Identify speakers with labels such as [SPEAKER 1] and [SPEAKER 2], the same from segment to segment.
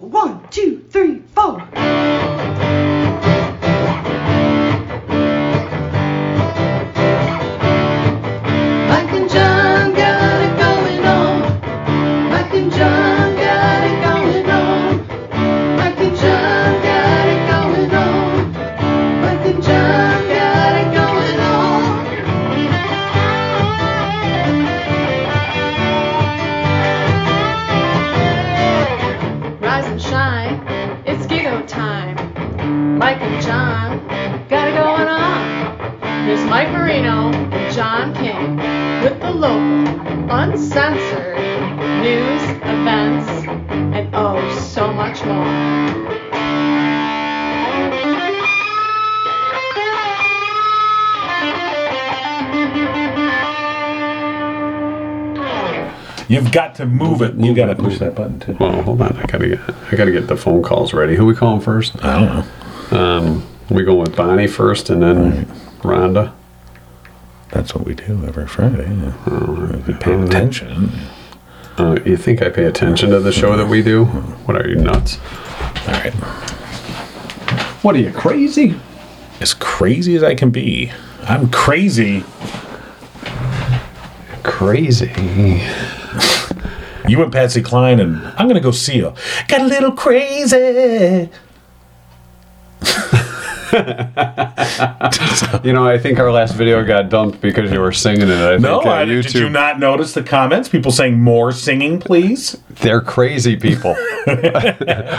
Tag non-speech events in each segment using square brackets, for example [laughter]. [SPEAKER 1] One, two, three, four. Mike and John got it going on. Mike and John got it going on. Mike and John got it going on. Mike and John got it going on.
[SPEAKER 2] Rise and shine, it's Gigo time. Mike and John got it going on. Here's Mike Marino and John King with the local, uncensored news, events, and oh, so much more.
[SPEAKER 3] You've got to move it. You got to push that button too.
[SPEAKER 4] Well, hold on. I gotta get I gotta get the phone calls ready. Who we calling first? Um,
[SPEAKER 3] I don't know.
[SPEAKER 4] We going with Bonnie first, and then Rhonda.
[SPEAKER 3] That's what we do every Friday. We pay attention.
[SPEAKER 4] Uh, you think I pay attention to the show that we do? What are you nuts?
[SPEAKER 3] All right.
[SPEAKER 4] What are you crazy?
[SPEAKER 3] As crazy as I can be, I'm crazy.
[SPEAKER 4] Crazy.
[SPEAKER 3] You and Patsy Cline, and I'm gonna go see you. Got a little crazy.
[SPEAKER 4] You know, I think our last video got dumped because you were singing it. I
[SPEAKER 3] No,
[SPEAKER 4] think, uh,
[SPEAKER 3] I, did you not notice the comments? People saying more singing, please.
[SPEAKER 4] They're crazy [laughs] people.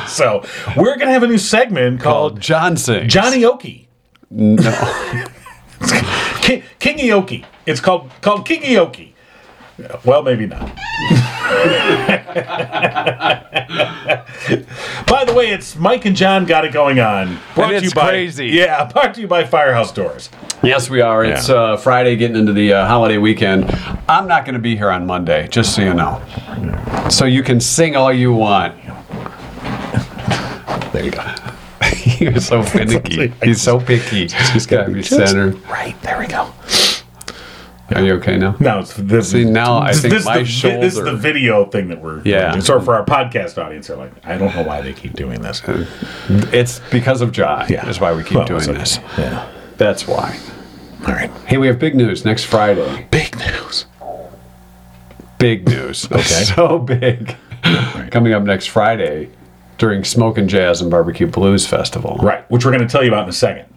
[SPEAKER 3] So we're gonna have a new segment called
[SPEAKER 4] John sings.
[SPEAKER 3] Johnny Oki,
[SPEAKER 4] No.
[SPEAKER 3] King, King Aoki. It's called called King Aoki. Well, maybe not. [laughs] by the way, it's Mike and John got it going on. Brought to
[SPEAKER 4] it's
[SPEAKER 3] you by,
[SPEAKER 4] crazy.
[SPEAKER 3] Yeah, [laughs] brought to you by Firehouse Doors.
[SPEAKER 4] Yes, we are. It's
[SPEAKER 3] Yeah.
[SPEAKER 4] uh, Friday, getting into the uh, holiday weekend. I'm not going to be here on Monday, just so you know. So you can sing all you want. There you go. [laughs]
[SPEAKER 3] [laughs]
[SPEAKER 4] You're so finicky. He's so picky. He's got to be centered.
[SPEAKER 3] Right there, we go.
[SPEAKER 4] Are you okay now?
[SPEAKER 3] Now it's this.
[SPEAKER 4] See, now I
[SPEAKER 3] this,
[SPEAKER 4] think
[SPEAKER 3] this
[SPEAKER 4] my
[SPEAKER 3] the, vi- This is the
[SPEAKER 4] shoulder-
[SPEAKER 3] video thing that we're
[SPEAKER 4] Yeah.
[SPEAKER 3] doing. Sorry for our podcast audience. They're like, I don't know why they keep doing this.
[SPEAKER 4] It's because of John.
[SPEAKER 3] Yeah.
[SPEAKER 4] Uh, That's why we keep
[SPEAKER 3] Well,
[SPEAKER 4] doing
[SPEAKER 3] it's okay.
[SPEAKER 4] this.
[SPEAKER 3] Yeah.
[SPEAKER 4] That's why.
[SPEAKER 3] All right.
[SPEAKER 4] Hey, we have big news next Friday.
[SPEAKER 3] Big news.
[SPEAKER 4] Big news. Okay. [laughs] so big. Coming up next Friday during Smoke and Jazz and Barbecue Blues Festival.
[SPEAKER 3] Right, which we're going to tell you about in a second.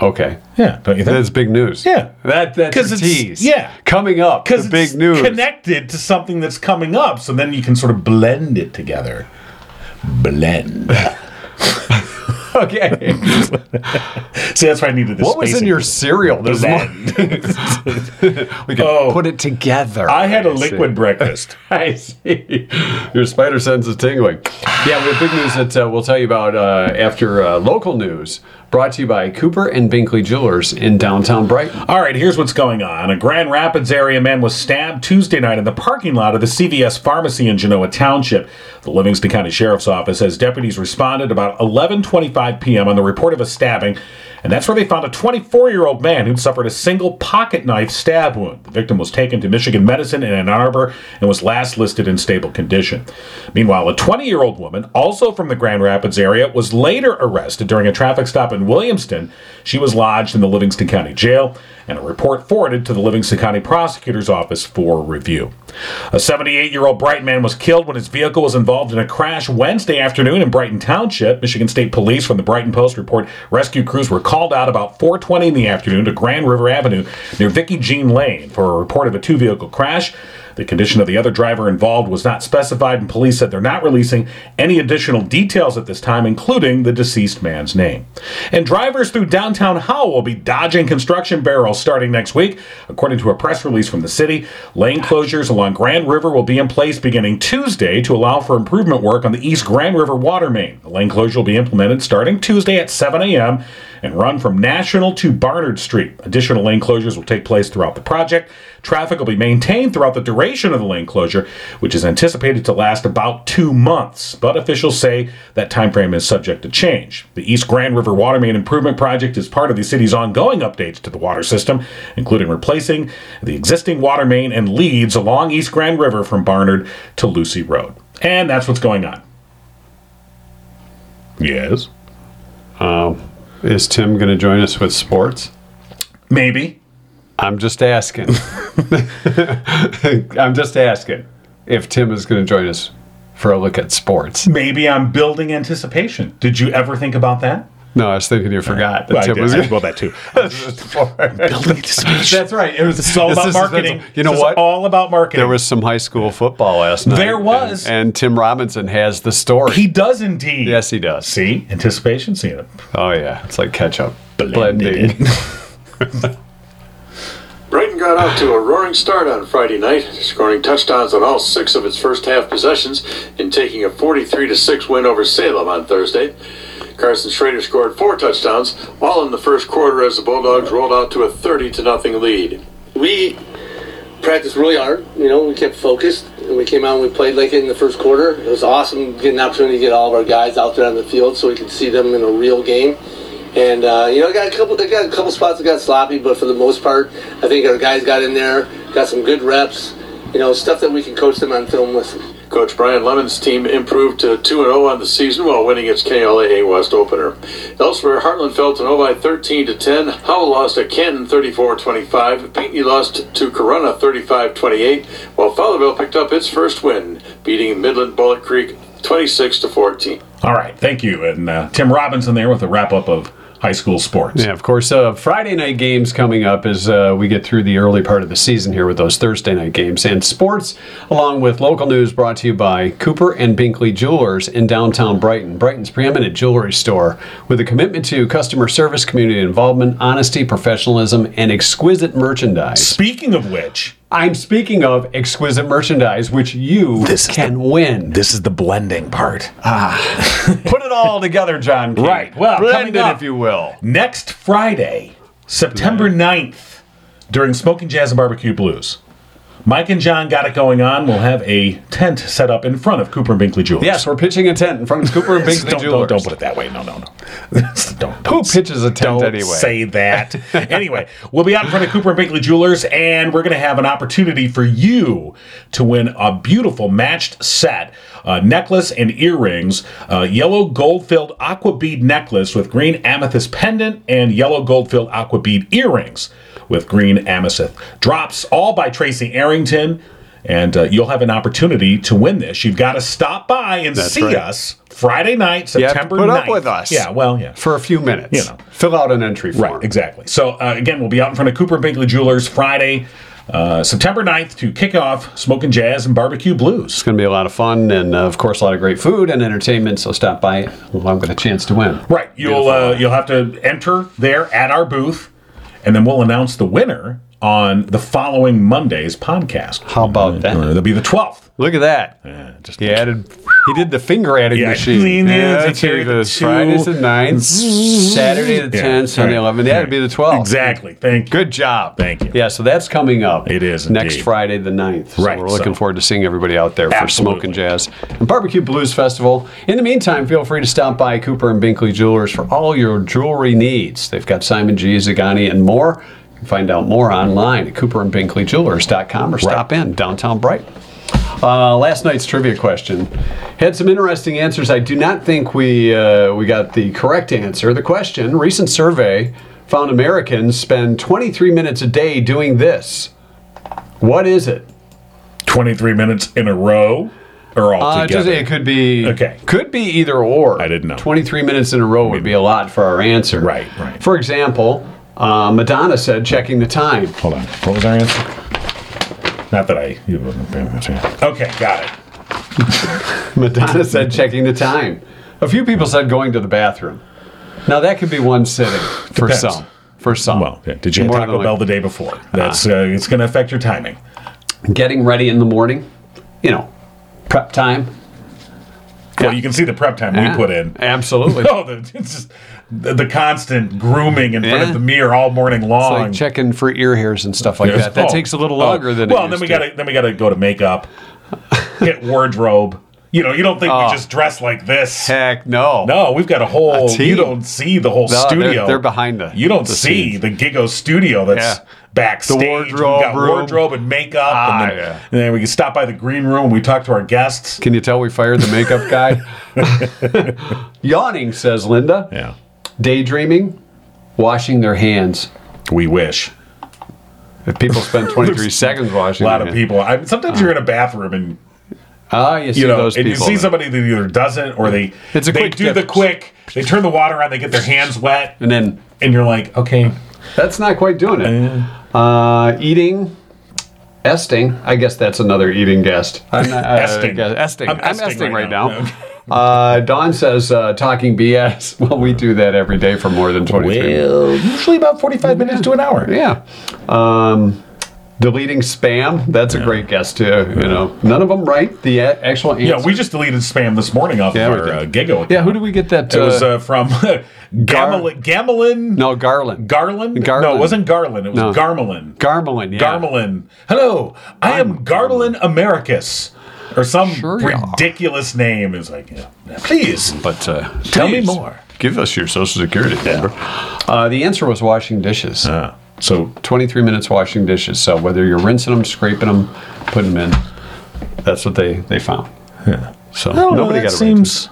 [SPEAKER 4] Okay.
[SPEAKER 3] Yeah, don't you think?
[SPEAKER 4] That's big news.
[SPEAKER 3] Yeah.
[SPEAKER 4] That that's
[SPEAKER 3] 'Cause
[SPEAKER 4] your
[SPEAKER 3] it's-
[SPEAKER 4] tease.
[SPEAKER 3] yeah.
[SPEAKER 4] Coming up, the
[SPEAKER 3] because
[SPEAKER 4] big news.
[SPEAKER 3] connected to something that's coming up so then you can sort of blend it together blend
[SPEAKER 4] [laughs]
[SPEAKER 3] [laughs]
[SPEAKER 4] Okay.
[SPEAKER 3] see that's why i needed this
[SPEAKER 4] what was in
[SPEAKER 3] spacing.
[SPEAKER 4] your cereal this morning? [laughs]
[SPEAKER 3] blend
[SPEAKER 4] We can
[SPEAKER 3] Oh.
[SPEAKER 4] put it together.
[SPEAKER 3] [laughs] i
[SPEAKER 4] [laughs]
[SPEAKER 3] had a
[SPEAKER 4] see.
[SPEAKER 3] liquid breakfast
[SPEAKER 4] I see. Your spider sense is tingling. Yeah, we have big news that uh, we'll tell you about uh, after uh, local news. Brought to you by Cooper and Binkley Jewelers in downtown Brighton.
[SPEAKER 3] all right here's what's going on a grand rapids area man was stabbed tuesday night in the parking lot of the cvs pharmacy in genoa township the livingston county sheriff's office says deputies responded about 11.25 p.m on the report of a stabbing and that's where they found a 24 year old man who'd suffered a single pocket knife stab wound. The victim was taken to Michigan Medicine in Ann Arbor and was last listed in stable condition. Meanwhile, a 20 year old woman, also from the Grand Rapids area, was later arrested during a traffic stop in Williamston. She was lodged in the Livingston County Jail and a report forwarded to the Livingston County Prosecutor's Office for review. A 78 year old Bright man was killed when his vehicle was involved in a crash Wednesday afternoon in Brighton Township. Michigan State Police from the Brighton Post report rescue crews were called out about 4:20 in the afternoon to Grand River Avenue near Vicki Jean Lane for a report of a two-vehicle crash. The condition of the other driver involved was not specified, and police said they're not releasing any additional details at this time, including the deceased man's name. And drivers through downtown Howell will be dodging construction barrels starting next week. According to a press release from the city, lane closures along Grand River will be in place beginning Tuesday to allow for improvement work on the East Grand River water main. The lane closure will be implemented starting Tuesday at 7 a.m. and run from National to Barnard Street. Additional lane closures will take place throughout the project. Traffic will be maintained throughout the duration of the lane closure, which is anticipated to last about two months. But officials say that time frame is subject to change. The East Grand River Water Main Improvement Project is part of the city's ongoing updates to the water system, including replacing the existing water main and leads along East Grand River from Barnard to Lucy Road. And that's what's going on. Yes.
[SPEAKER 4] Is Tim going to join us with sports?
[SPEAKER 3] Maybe.
[SPEAKER 4] I'm just asking. [laughs] I'm just asking if Tim is going to join us for a look at sports.
[SPEAKER 3] Maybe I'm building anticipation. Did you ever think about that?
[SPEAKER 4] No, I was thinking you forgot that
[SPEAKER 3] Well, I
[SPEAKER 4] Tim
[SPEAKER 3] did.
[SPEAKER 4] was
[SPEAKER 3] I-
[SPEAKER 4] going [laughs]
[SPEAKER 3] well, that too. Uh,
[SPEAKER 4] to
[SPEAKER 3] building anticipation.
[SPEAKER 4] That's right. It was
[SPEAKER 3] It's all about marketing.
[SPEAKER 4] You know
[SPEAKER 3] This is
[SPEAKER 4] what?
[SPEAKER 3] all about marketing.
[SPEAKER 4] there was some high school football last night.
[SPEAKER 3] There
[SPEAKER 4] and-
[SPEAKER 3] was.
[SPEAKER 4] And, Tim Robinson has the story.
[SPEAKER 3] he does indeed.
[SPEAKER 4] yes, he does.
[SPEAKER 3] See anticipation. See it.
[SPEAKER 4] Oh, yeah. It's like ketchup.
[SPEAKER 3] Blended. [laughs]
[SPEAKER 4] Blending.
[SPEAKER 5] Brighton got off to a roaring start on Friday night, scoring touchdowns on all six of its first half possessions and taking a 43 6 win over Salem on Thursday. Carson Schrader scored four touchdowns, all in the first quarter as the Bulldogs rolled out to a 30 0 lead.
[SPEAKER 6] we practiced really hard. You know, we kept focused, and we came out and we played like it in the first quarter. It was awesome getting an opportunity to get all of our guys out there on the field so we could see them in a real game. And uh, you know, I got a couple. I got a couple spots that got sloppy, but for the most part, I think our guys got in there, got some good reps. You know, stuff that we can coach them on film with.
[SPEAKER 5] Coach Brian Lemon's team improved to 2 0 on the season while winning its KLAA West opener. Elsewhere, Heartland fell to know by 13 10. Howell lost to Canton 34 25. Pinckney lost to Corona 35 28, while Fowlerville picked up its first win, beating Midland Bullet Creek 26 14.
[SPEAKER 3] All right. Thank you. And uh, Tim Robinson there with a wrap up of high school sports.
[SPEAKER 4] Yeah, of course. Uh, Friday night games coming up as uh, we get through the early part of the season here with those Thursday night games and sports, along with local news brought to you by Cooper and Binkley Jewelers in downtown Brighton, Brighton's preeminent jewelry store, with a commitment to customer service, community involvement, honesty, professionalism, and exquisite merchandise.
[SPEAKER 3] Speaking of which,
[SPEAKER 4] I'm speaking of exquisite merchandise, which you
[SPEAKER 3] This is
[SPEAKER 4] can win.
[SPEAKER 3] this is the blending part.
[SPEAKER 4] Put it all together, John. King.
[SPEAKER 3] Right, well,
[SPEAKER 4] blend
[SPEAKER 3] coming
[SPEAKER 4] it
[SPEAKER 3] up-
[SPEAKER 4] if you will.
[SPEAKER 3] Next Friday, September 9th, during Smoking Jazz and Barbecue Blues, Mike and John got it going on. We'll have a tent set up in front of Cooper and Binkley Jewelers.
[SPEAKER 4] Yes, we're pitching a tent in front of Cooper and Binkley
[SPEAKER 3] don't,
[SPEAKER 4] Jewelers.
[SPEAKER 3] don't, don't put it that way. No,
[SPEAKER 4] [laughs]
[SPEAKER 3] no, no. don't, don't
[SPEAKER 4] Who pitches a tent
[SPEAKER 3] don't
[SPEAKER 4] anyway?
[SPEAKER 3] say that.
[SPEAKER 4] [laughs]
[SPEAKER 3] anyway, we'll be out in front of Cooper and Binkley Jewelers, and we're going to have an opportunity for you to win a beautiful matched set uh, necklace and earrings, uh, yellow gold filled aqua bead necklace with green amethyst pendant, and yellow gold filled aqua bead earrings with green amethyst drops, all by Tracy Arrington. And uh, you'll have an opportunity to win this. You've got to stop by and see
[SPEAKER 4] right.
[SPEAKER 3] us Friday night,
[SPEAKER 4] have to
[SPEAKER 3] September
[SPEAKER 4] put up
[SPEAKER 3] 9th.
[SPEAKER 4] with us.
[SPEAKER 3] Yeah, well, yeah.
[SPEAKER 4] for a few minutes.
[SPEAKER 3] You know.
[SPEAKER 4] fill out an entry form.
[SPEAKER 3] Right, exactly. So, uh, again, we'll be out in front of Cooper and Binkley Jewelers Friday, uh, September 9th to kick off Smoking Jazz and Barbecue Blues.
[SPEAKER 4] It's going to be a lot of fun, and uh, of course, a lot of great food and entertainment. So stop by. Well, I've got a chance to win.
[SPEAKER 3] Right, you'll uh, you'll have to enter there at our booth, and then we'll announce the winner on the following Monday's podcast.
[SPEAKER 4] How about that?
[SPEAKER 3] Uh, it'll be the 12th.
[SPEAKER 4] Look at that.
[SPEAKER 3] Uh, just
[SPEAKER 4] He added. He did the finger adding
[SPEAKER 3] Yeah,
[SPEAKER 4] machine.
[SPEAKER 3] he did. He
[SPEAKER 4] let's see,
[SPEAKER 3] carried
[SPEAKER 4] the
[SPEAKER 3] the two- Mm-hmm.
[SPEAKER 4] Fridays
[SPEAKER 3] [laughs]
[SPEAKER 4] the 9th, Saturday the
[SPEAKER 3] Yeah,
[SPEAKER 4] tenth, Sunday
[SPEAKER 3] right,
[SPEAKER 4] eleventh. Yeah, it'd be the twelfth.
[SPEAKER 3] Exactly. Thank you.
[SPEAKER 4] Good job.
[SPEAKER 3] Thank you.
[SPEAKER 4] Yeah, so that's coming up.
[SPEAKER 3] It is
[SPEAKER 4] next
[SPEAKER 3] indeed.
[SPEAKER 4] Friday the 9th. So
[SPEAKER 3] Right,
[SPEAKER 4] We're looking
[SPEAKER 3] so-
[SPEAKER 4] forward to seeing everybody out there for
[SPEAKER 3] Absolutely.
[SPEAKER 4] Smoke and Jazz and Barbecue Blues Festival. In the meantime, feel free to stop by Cooper and Binkley Jewelers for all your jewelry needs. They've got Simon G, Zagani, and more. You can find out more online at cooperandbinkleyjewelers.com or stop in downtown Brighton. Uh, last night's trivia question had some interesting answers. I do not think we uh, we got the correct answer. The question: Recent survey found Americans spend 23 minutes a day doing this. What is it?
[SPEAKER 3] 23 minutes in a row or all
[SPEAKER 4] Uh, just,
[SPEAKER 3] together.
[SPEAKER 4] it could be
[SPEAKER 3] Okay.
[SPEAKER 4] Could be either or.
[SPEAKER 3] I didn't know.
[SPEAKER 4] 23 minutes in a row would be a lot for our answer.
[SPEAKER 3] Right, right.
[SPEAKER 4] For example, uh, Madonna said checking the time. [laughs]
[SPEAKER 3] Hold on. What was our answer? Not that I. You wasn't paying attention. Okay, got it.
[SPEAKER 4] Madonna said checking the time. A few people said going to the bathroom. Now that could be
[SPEAKER 3] [sighs]
[SPEAKER 4] one sitting for
[SPEAKER 3] Depends.
[SPEAKER 4] some. For some.
[SPEAKER 3] Well, yeah, did you have
[SPEAKER 4] More
[SPEAKER 3] Taco
[SPEAKER 4] than Uh-huh.
[SPEAKER 3] Bell
[SPEAKER 4] like-
[SPEAKER 3] the day before? That's uh, it's going to affect your timing.
[SPEAKER 4] Getting ready in the morning, you know, prep time.
[SPEAKER 3] Well, you can see the prep time
[SPEAKER 4] Yeah,
[SPEAKER 3] we put in.
[SPEAKER 4] Absolutely.
[SPEAKER 3] [laughs]
[SPEAKER 4] it's
[SPEAKER 3] Oh, the, it's just the, the constant grooming in front
[SPEAKER 4] Yeah.
[SPEAKER 3] of the mirror all morning long.
[SPEAKER 4] like checking for ear hairs and stuff like
[SPEAKER 3] There's-
[SPEAKER 4] that. That
[SPEAKER 3] oh,
[SPEAKER 4] takes a little
[SPEAKER 3] oh.
[SPEAKER 4] longer than.
[SPEAKER 3] Well,
[SPEAKER 4] it
[SPEAKER 3] then
[SPEAKER 4] used [laughs]
[SPEAKER 3] we
[SPEAKER 4] to.
[SPEAKER 3] got to then we got to go to makeup, get wardrobe. You know, you don't think
[SPEAKER 4] Oh.
[SPEAKER 3] we just dress like this.
[SPEAKER 4] Heck no.
[SPEAKER 3] No, we've got a whole.
[SPEAKER 4] team.
[SPEAKER 3] you don't see the whole
[SPEAKER 4] No, they're-
[SPEAKER 3] studio.
[SPEAKER 4] they're behind the-
[SPEAKER 3] You don't
[SPEAKER 4] the
[SPEAKER 3] see
[SPEAKER 4] scenes.
[SPEAKER 3] the Gigo studio that's
[SPEAKER 4] Yeah.
[SPEAKER 3] backstage.
[SPEAKER 4] The wardrobe
[SPEAKER 3] We've got
[SPEAKER 4] room.
[SPEAKER 3] wardrobe and makeup,
[SPEAKER 4] Ah,
[SPEAKER 3] and, then,
[SPEAKER 4] yeah.
[SPEAKER 3] and then we can stop by the green room. We talk to our guests.
[SPEAKER 4] Can you tell we fired the makeup guy?
[SPEAKER 3] [laughs]
[SPEAKER 4] Yawning, says Linda.
[SPEAKER 3] Yeah,
[SPEAKER 4] Daydreaming, washing their hands.
[SPEAKER 3] we wish.
[SPEAKER 4] If people
[SPEAKER 3] [laughs]
[SPEAKER 4] spend 23 seconds
[SPEAKER 3] A
[SPEAKER 4] washing
[SPEAKER 3] lot
[SPEAKER 4] their
[SPEAKER 3] of
[SPEAKER 4] hands.
[SPEAKER 3] people. I mean, sometimes you're in a bathroom and
[SPEAKER 4] Ah, you see
[SPEAKER 3] you know,
[SPEAKER 4] those
[SPEAKER 3] and
[SPEAKER 4] people.
[SPEAKER 3] you see somebody that either doesn't or they
[SPEAKER 4] It's a
[SPEAKER 3] they
[SPEAKER 4] quick
[SPEAKER 3] do
[SPEAKER 4] dip.
[SPEAKER 3] the quick. They turn the water on. They get their hands wet,
[SPEAKER 4] and then
[SPEAKER 3] and you're like, okay,
[SPEAKER 4] that's not quite doing it. Uh, eating, esting. I guess that's another eating guest. I'm not, uh,
[SPEAKER 3] Esting.
[SPEAKER 4] guess- esting.
[SPEAKER 3] I'm
[SPEAKER 4] I'm,
[SPEAKER 3] esting
[SPEAKER 4] esting
[SPEAKER 3] right
[SPEAKER 4] right
[SPEAKER 3] now.
[SPEAKER 4] now.
[SPEAKER 3] Okay.
[SPEAKER 4] Uh, Don says uh, talking BS. [laughs] Well, we do that every day for more than 23 minutes.
[SPEAKER 3] usually about 45 minutes to an hour.
[SPEAKER 4] Yeah. Um, deleting spam. That's a great guess too. You know, none of them right. The a- actual answer.
[SPEAKER 3] Yeah, we just deleted spam this morning off
[SPEAKER 4] Yeah,
[SPEAKER 3] of
[SPEAKER 4] we
[SPEAKER 3] our
[SPEAKER 4] did.
[SPEAKER 3] uh, Gigo. Account.
[SPEAKER 4] Yeah, who did we get that?
[SPEAKER 3] It was uh, from [laughs] Gamelin. Gamelin.
[SPEAKER 4] no Garland.
[SPEAKER 3] Garland? No,
[SPEAKER 4] Garland.
[SPEAKER 3] it wasn't Garland. It was
[SPEAKER 4] No.
[SPEAKER 3] Garmelin.
[SPEAKER 4] Garmelin. Yeah.
[SPEAKER 3] Garmelin. Hello, I am Garmelin Americus. Or some
[SPEAKER 4] Sure you are.
[SPEAKER 3] ridiculous name. It's like, yeah, please.
[SPEAKER 4] But uh,
[SPEAKER 3] Tell me
[SPEAKER 4] please,
[SPEAKER 3] more.
[SPEAKER 4] Give us your social security number. Uh, the answer was washing dishes.
[SPEAKER 3] Uh, so
[SPEAKER 4] 23 minutes washing dishes. So whether you're rinsing them, scraping them, putting them in, that's what they they found. So
[SPEAKER 3] Oh,
[SPEAKER 4] nobody got it right.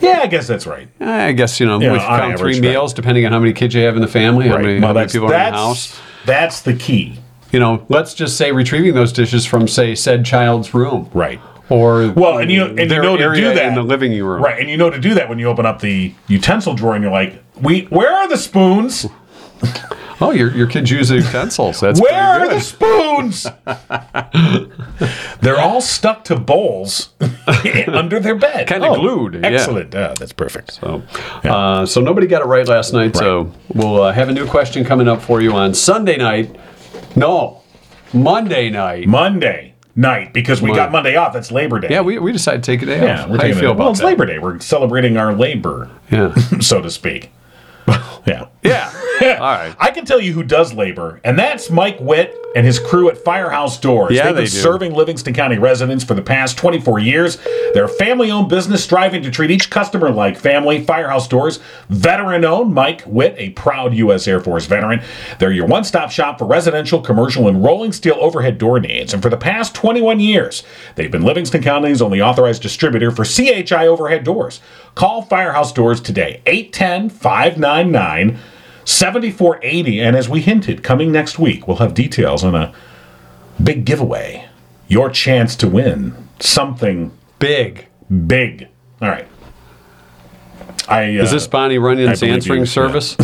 [SPEAKER 3] Yeah, I guess that's right.
[SPEAKER 4] I guess you know
[SPEAKER 3] Yeah,
[SPEAKER 4] we've
[SPEAKER 3] on
[SPEAKER 4] found three
[SPEAKER 3] average,
[SPEAKER 4] meals, depending on how many kids you have in the family, how
[SPEAKER 3] Right.
[SPEAKER 4] many,
[SPEAKER 3] Well,
[SPEAKER 4] how many
[SPEAKER 3] that's,
[SPEAKER 4] people are in the
[SPEAKER 3] that's-
[SPEAKER 4] house.
[SPEAKER 3] that's the key.
[SPEAKER 4] You know, let's just say retrieving those dishes from, say, said child's room,
[SPEAKER 3] Right.
[SPEAKER 4] Or
[SPEAKER 3] Well, and you and you
[SPEAKER 4] their
[SPEAKER 3] know to
[SPEAKER 4] area
[SPEAKER 3] do that
[SPEAKER 4] in the living room,
[SPEAKER 3] right? And you know to do that when you open up the utensil drawer and you're like, "We, where are the spoons?
[SPEAKER 4] Oh, your your kids use utensils. That's
[SPEAKER 3] where are
[SPEAKER 4] pretty
[SPEAKER 3] the
[SPEAKER 4] good.
[SPEAKER 3] spoons? They're all stuck to bowls [laughs] under their bed, Oh,
[SPEAKER 4] Kinda glued, yeah.
[SPEAKER 3] Excellent. Ah, that's perfect.
[SPEAKER 4] So, uh, so nobody got it right last night. So we'll uh, have a new question coming up for you on Sunday night. No, Monday night.
[SPEAKER 3] Monday night because we got Monday off. That's Labor Day.
[SPEAKER 4] yeah, we, we decided to take a day
[SPEAKER 3] yeah.
[SPEAKER 4] off.
[SPEAKER 3] We're
[SPEAKER 4] How do you
[SPEAKER 3] taking
[SPEAKER 4] feel
[SPEAKER 3] it-
[SPEAKER 4] about
[SPEAKER 3] well, it's
[SPEAKER 4] that?
[SPEAKER 3] Labor Day. We're celebrating our labor, [laughs]
[SPEAKER 4] Yeah.
[SPEAKER 3] so to speak. [laughs] yeah. [laughs]
[SPEAKER 4] Yeah. All right.
[SPEAKER 3] I can tell you who does labor, and that's Mike Witt and his crew at Firehouse Doors.
[SPEAKER 4] Yeah,
[SPEAKER 3] They've
[SPEAKER 4] they
[SPEAKER 3] been
[SPEAKER 4] do.
[SPEAKER 3] serving Livingston County residents for the past 24 years. They're a family owned business striving to treat each customer like family. Firehouse Doors, veteran owned. Mike Witt, a proud U.S. Air Force veteran. They're your one stop shop for residential, commercial, and rolling steel overhead door needs. And for the past 21 years, they've been Livingston County's only authorized distributor for CHI overhead doors. Call Firehouse Doors today, 810 599. 7480 and as we hinted coming next week we'll have details on a big giveaway your chance to win something
[SPEAKER 4] Big.
[SPEAKER 3] big all right i uh,
[SPEAKER 4] Is this Bonnie Runyon's
[SPEAKER 3] believe
[SPEAKER 4] answering
[SPEAKER 3] you, [laughs]
[SPEAKER 4] service?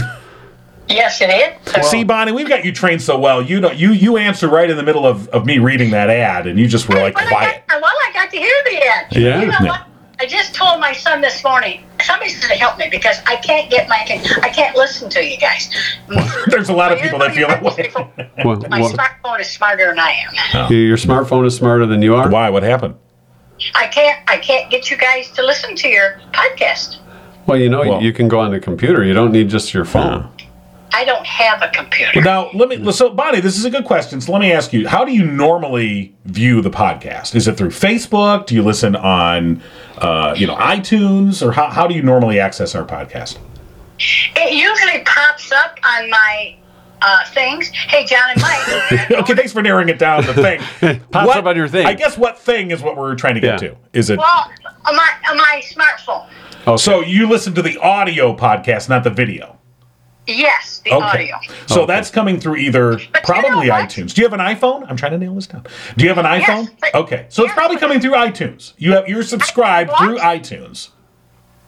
[SPEAKER 7] Yes, it is.
[SPEAKER 3] see bonnie we've got you trained so well you know you you answer right in the middle of, of me reading that ad and you just were like
[SPEAKER 7] well,
[SPEAKER 3] quiet
[SPEAKER 7] I got, well, I got to hear the ad.
[SPEAKER 4] Yeah.
[SPEAKER 7] You know
[SPEAKER 3] Yeah.
[SPEAKER 7] what? I just told my son this morning. Somebody's going to help me because I can't get my I can't listen to you guys.
[SPEAKER 3] there's a lot of [laughs] people that feel that way [laughs]
[SPEAKER 7] [laughs]
[SPEAKER 4] Well,
[SPEAKER 7] My
[SPEAKER 4] well,
[SPEAKER 7] smartphone is smarter than I am.
[SPEAKER 4] your smartphone is smarter than you are.
[SPEAKER 3] why what happened
[SPEAKER 7] I can't I can't get you guys to listen to your podcast.
[SPEAKER 4] Well, you know,
[SPEAKER 3] Well-
[SPEAKER 4] you can go on the computer. You don't need just your phone.
[SPEAKER 7] I don't have a computer.
[SPEAKER 3] now let me so bonnie this is a good question so let me ask you how do you normally view the podcast is it through facebook do you listen on uh, you know itunes or how, how do you normally access our podcast
[SPEAKER 7] It usually pops up on my uh, things. Hey, John and
[SPEAKER 3] [laughs]
[SPEAKER 7] Mike.
[SPEAKER 3] okay thanks for narrowing it down to thing
[SPEAKER 4] [laughs] Pops up on your thing.
[SPEAKER 3] i guess what thing is what we're trying to get
[SPEAKER 4] Yeah.
[SPEAKER 3] to is it
[SPEAKER 7] well, on my on my smartphone.
[SPEAKER 4] Oh,
[SPEAKER 3] so you listen to the audio podcast not the video
[SPEAKER 7] Yes, the
[SPEAKER 3] okay
[SPEAKER 7] audio.
[SPEAKER 3] so that's coming through either
[SPEAKER 7] But you know
[SPEAKER 3] probably
[SPEAKER 7] what?
[SPEAKER 3] itunes do you have an iphone i'm trying to nail this down do you have an iphone
[SPEAKER 7] but-
[SPEAKER 3] okay so it's
[SPEAKER 7] yeah.
[SPEAKER 3] probably coming through itunes you have you're subscribed
[SPEAKER 7] What?
[SPEAKER 3] through itunes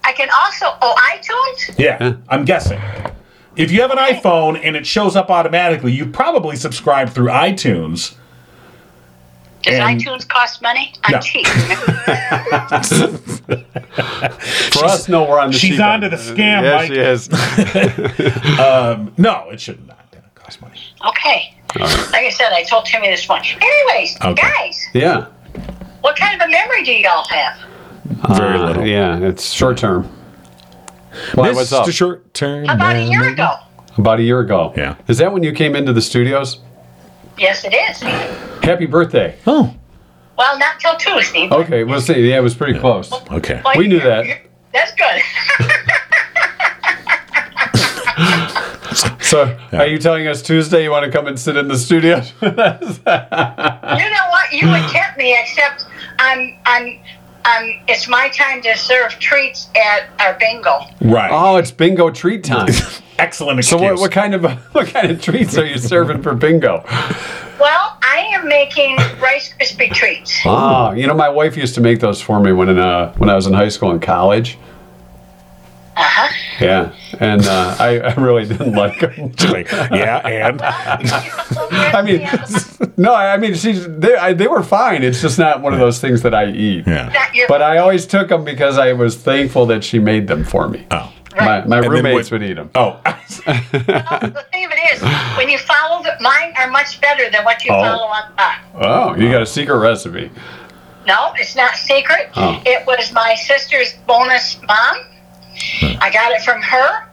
[SPEAKER 7] I can also oh iTunes.
[SPEAKER 3] Yeah, I'm guessing. If you have an iPhone and it shows up automatically, you probably subscribe through iTunes.
[SPEAKER 7] Does
[SPEAKER 3] And-
[SPEAKER 7] iTunes cost money? I'm
[SPEAKER 3] No.
[SPEAKER 7] cheap. [laughs]
[SPEAKER 4] for us, no, we're on the.
[SPEAKER 3] she's
[SPEAKER 4] cheap
[SPEAKER 3] onto
[SPEAKER 4] end.
[SPEAKER 3] the scam,
[SPEAKER 4] Yes,
[SPEAKER 3] Mike.
[SPEAKER 4] she is.
[SPEAKER 3] [laughs] No, it should not cost money.
[SPEAKER 7] okay. Like I said, I told Timmy this morning. Anyways,
[SPEAKER 3] Uh-huh. Okay.
[SPEAKER 7] guys,
[SPEAKER 4] yeah.
[SPEAKER 7] what kind of a memory do y'all have?
[SPEAKER 3] Very
[SPEAKER 4] Uh,
[SPEAKER 3] little.
[SPEAKER 4] yeah, it's short term. Why what's up?
[SPEAKER 3] Mr. Short term.
[SPEAKER 7] About a year ago.
[SPEAKER 4] About a year ago.
[SPEAKER 3] Yeah.
[SPEAKER 4] Is that when you came into the studios?
[SPEAKER 7] Yes, it is.
[SPEAKER 4] Happy birthday.
[SPEAKER 3] Oh,
[SPEAKER 7] Well, not till two, Steve.
[SPEAKER 4] Okay, we'll see. Yeah, it was pretty close.
[SPEAKER 3] Okay.
[SPEAKER 7] Well,
[SPEAKER 4] Oh, we
[SPEAKER 7] you-
[SPEAKER 4] knew that.
[SPEAKER 7] That's
[SPEAKER 4] [laughs]
[SPEAKER 7] good.
[SPEAKER 4] So, are you telling us Tuesday you want to come and sit in the studio? [laughs]
[SPEAKER 7] you know what? You would tempt me, except I'm, I'm, I'm, it's my time to serve treats at our bingo.
[SPEAKER 3] Right.
[SPEAKER 4] oh, it's bingo treat time.
[SPEAKER 3] Excellent
[SPEAKER 4] [laughs] So,
[SPEAKER 3] excuse.
[SPEAKER 4] what, what kind of [laughs] what kind of treats are you serving for bingo?
[SPEAKER 7] Well, I am making Rice Krispie treats.
[SPEAKER 3] Oh.
[SPEAKER 4] Ah, you know, my wife used to make those for me when in, uh, when I was in high school and college. Uh-huh. Yeah, and uh, I, I really didn't [laughs] like them.
[SPEAKER 3] Like,
[SPEAKER 4] [laughs]
[SPEAKER 3] yeah, and
[SPEAKER 4] [laughs] I mean, no, I mean, she's, they, I, they were fine. It's just not one of those things that I eat.
[SPEAKER 3] yeah.
[SPEAKER 7] Not your-
[SPEAKER 4] But I always took them because I was thankful that she made them for me.
[SPEAKER 3] Oh.
[SPEAKER 4] My, my
[SPEAKER 3] then
[SPEAKER 4] roommates
[SPEAKER 3] what-
[SPEAKER 4] would eat them.
[SPEAKER 3] Oh, [laughs]
[SPEAKER 7] the thing of it is, when you follow the, mine are much better than what you
[SPEAKER 4] Oh.
[SPEAKER 7] follow on mine.
[SPEAKER 4] Oh, you got a secret recipe.
[SPEAKER 7] No, it's not secret.
[SPEAKER 4] Oh.
[SPEAKER 7] It was my sister's bonus mom.
[SPEAKER 3] Hmm.
[SPEAKER 7] I got it from her.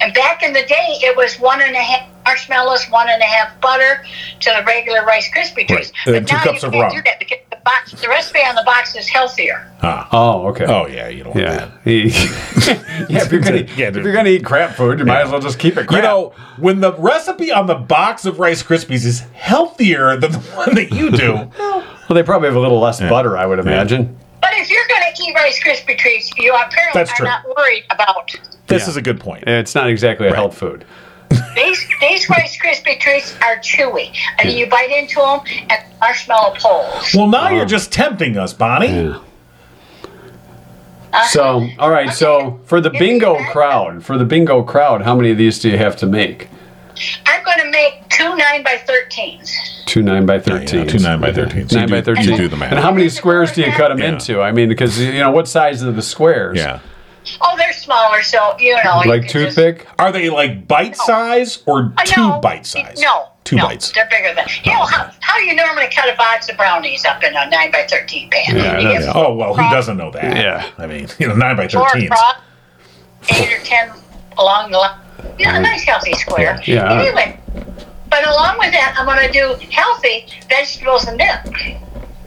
[SPEAKER 7] And back in the day, it was one and a half marshmallows, one and a half butter to the regular Rice Krispie treats.
[SPEAKER 3] Right. And
[SPEAKER 7] But
[SPEAKER 3] two
[SPEAKER 7] now
[SPEAKER 3] cups
[SPEAKER 7] you
[SPEAKER 3] of
[SPEAKER 7] can't
[SPEAKER 3] rum.
[SPEAKER 7] do that because the box, the recipe on the box is healthier.
[SPEAKER 4] Oh, okay.
[SPEAKER 3] oh yeah, you don't want that.
[SPEAKER 4] Yeah. He- [laughs] yeah, if you're gonna,
[SPEAKER 3] [laughs] Yeah,
[SPEAKER 4] if
[SPEAKER 3] dude.
[SPEAKER 4] you're gonna eat crap food, you might as well just keep it crap.
[SPEAKER 3] You know, when the recipe on the box of Rice Krispies is healthier than the [laughs] one that you
[SPEAKER 4] [laughs]
[SPEAKER 3] do,
[SPEAKER 4] well, they probably have a little less butter, I would imagine.
[SPEAKER 7] But if you're going to eat Rice Krispie treats, you apparently
[SPEAKER 3] That's
[SPEAKER 7] are
[SPEAKER 3] true.
[SPEAKER 7] not worried about
[SPEAKER 3] this
[SPEAKER 4] Yeah.
[SPEAKER 3] is a good point.
[SPEAKER 4] It's not exactly a health food.
[SPEAKER 7] these. These Rice Krispie treats are chewy, and you bite into them, and marshmallow pulls.
[SPEAKER 3] Well, now
[SPEAKER 4] um,
[SPEAKER 3] you're just tempting us, Bonnie.
[SPEAKER 4] So, all right. So, for the bingo crowd, for the bingo crowd, how many of these do you have to make?
[SPEAKER 7] I'm going to make two nine by thirteens.
[SPEAKER 4] Two nine by thirteen.
[SPEAKER 3] two nine by 13s. You
[SPEAKER 4] Nine by
[SPEAKER 3] do- you
[SPEAKER 4] thirteen.
[SPEAKER 3] do the math.
[SPEAKER 4] And how many squares do you cut them
[SPEAKER 3] Yeah.
[SPEAKER 4] into? I mean, because you know what size are the squares?
[SPEAKER 3] Yeah.
[SPEAKER 7] Oh, they're smaller, so you know. you
[SPEAKER 4] Like
[SPEAKER 7] can just-
[SPEAKER 4] toothpick.
[SPEAKER 3] Are they like bite size or
[SPEAKER 7] Uh,
[SPEAKER 3] two
[SPEAKER 7] no,
[SPEAKER 3] bite size?
[SPEAKER 7] No,
[SPEAKER 3] Two
[SPEAKER 7] no,
[SPEAKER 3] bites.
[SPEAKER 7] They're bigger than. You know how, how do you normally cut a box of brownies up in a nine by thirteen pan?
[SPEAKER 4] Yeah,
[SPEAKER 7] You
[SPEAKER 4] that's-
[SPEAKER 7] get
[SPEAKER 3] Oh, well, who doesn't know that?
[SPEAKER 4] Yeah.
[SPEAKER 3] I mean, [laughs] you know, 9 by
[SPEAKER 7] four
[SPEAKER 3] 13s.
[SPEAKER 7] across, eight or ten along the line. Yeah, a nice healthy square.
[SPEAKER 4] Yeah.
[SPEAKER 7] Anyway, but along with that, I'm going to do healthy vegetables and dip.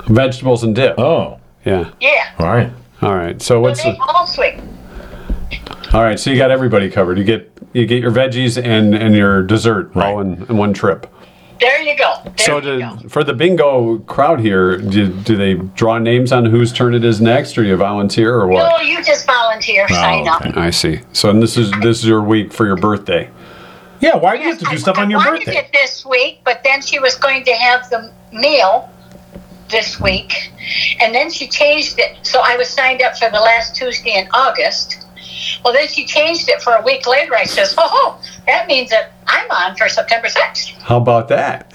[SPEAKER 4] Vegetables and dip.
[SPEAKER 3] Oh,
[SPEAKER 4] Yeah.
[SPEAKER 7] Yeah.
[SPEAKER 3] all right.
[SPEAKER 4] All right. So what's
[SPEAKER 7] They
[SPEAKER 4] the,
[SPEAKER 7] all sweet.
[SPEAKER 4] all right? So you got everybody covered. You get you get your veggies and and your dessert all
[SPEAKER 3] Right.
[SPEAKER 4] in, in one trip.
[SPEAKER 7] There you go. There
[SPEAKER 4] So
[SPEAKER 7] you
[SPEAKER 4] do,
[SPEAKER 7] go.
[SPEAKER 4] for the bingo crowd here, do, do they draw names on whose turn it is next, or you volunteer, or what?
[SPEAKER 7] Oh, you just volunteer. sign up.
[SPEAKER 3] okay.
[SPEAKER 4] I see. So and this is this is your week for your birthday.
[SPEAKER 3] Yeah, why do you have
[SPEAKER 7] Yes,
[SPEAKER 3] to do
[SPEAKER 7] I-
[SPEAKER 3] stuff on your
[SPEAKER 7] I wanted
[SPEAKER 3] birthday?
[SPEAKER 7] it this week, but then she was going to have the meal this week, and then she changed it. So I was signed up for the last Tuesday in August. Well, then she changed it for a week later. I says, "Oh, oh that means that I'm on for September 6th.
[SPEAKER 4] How about that?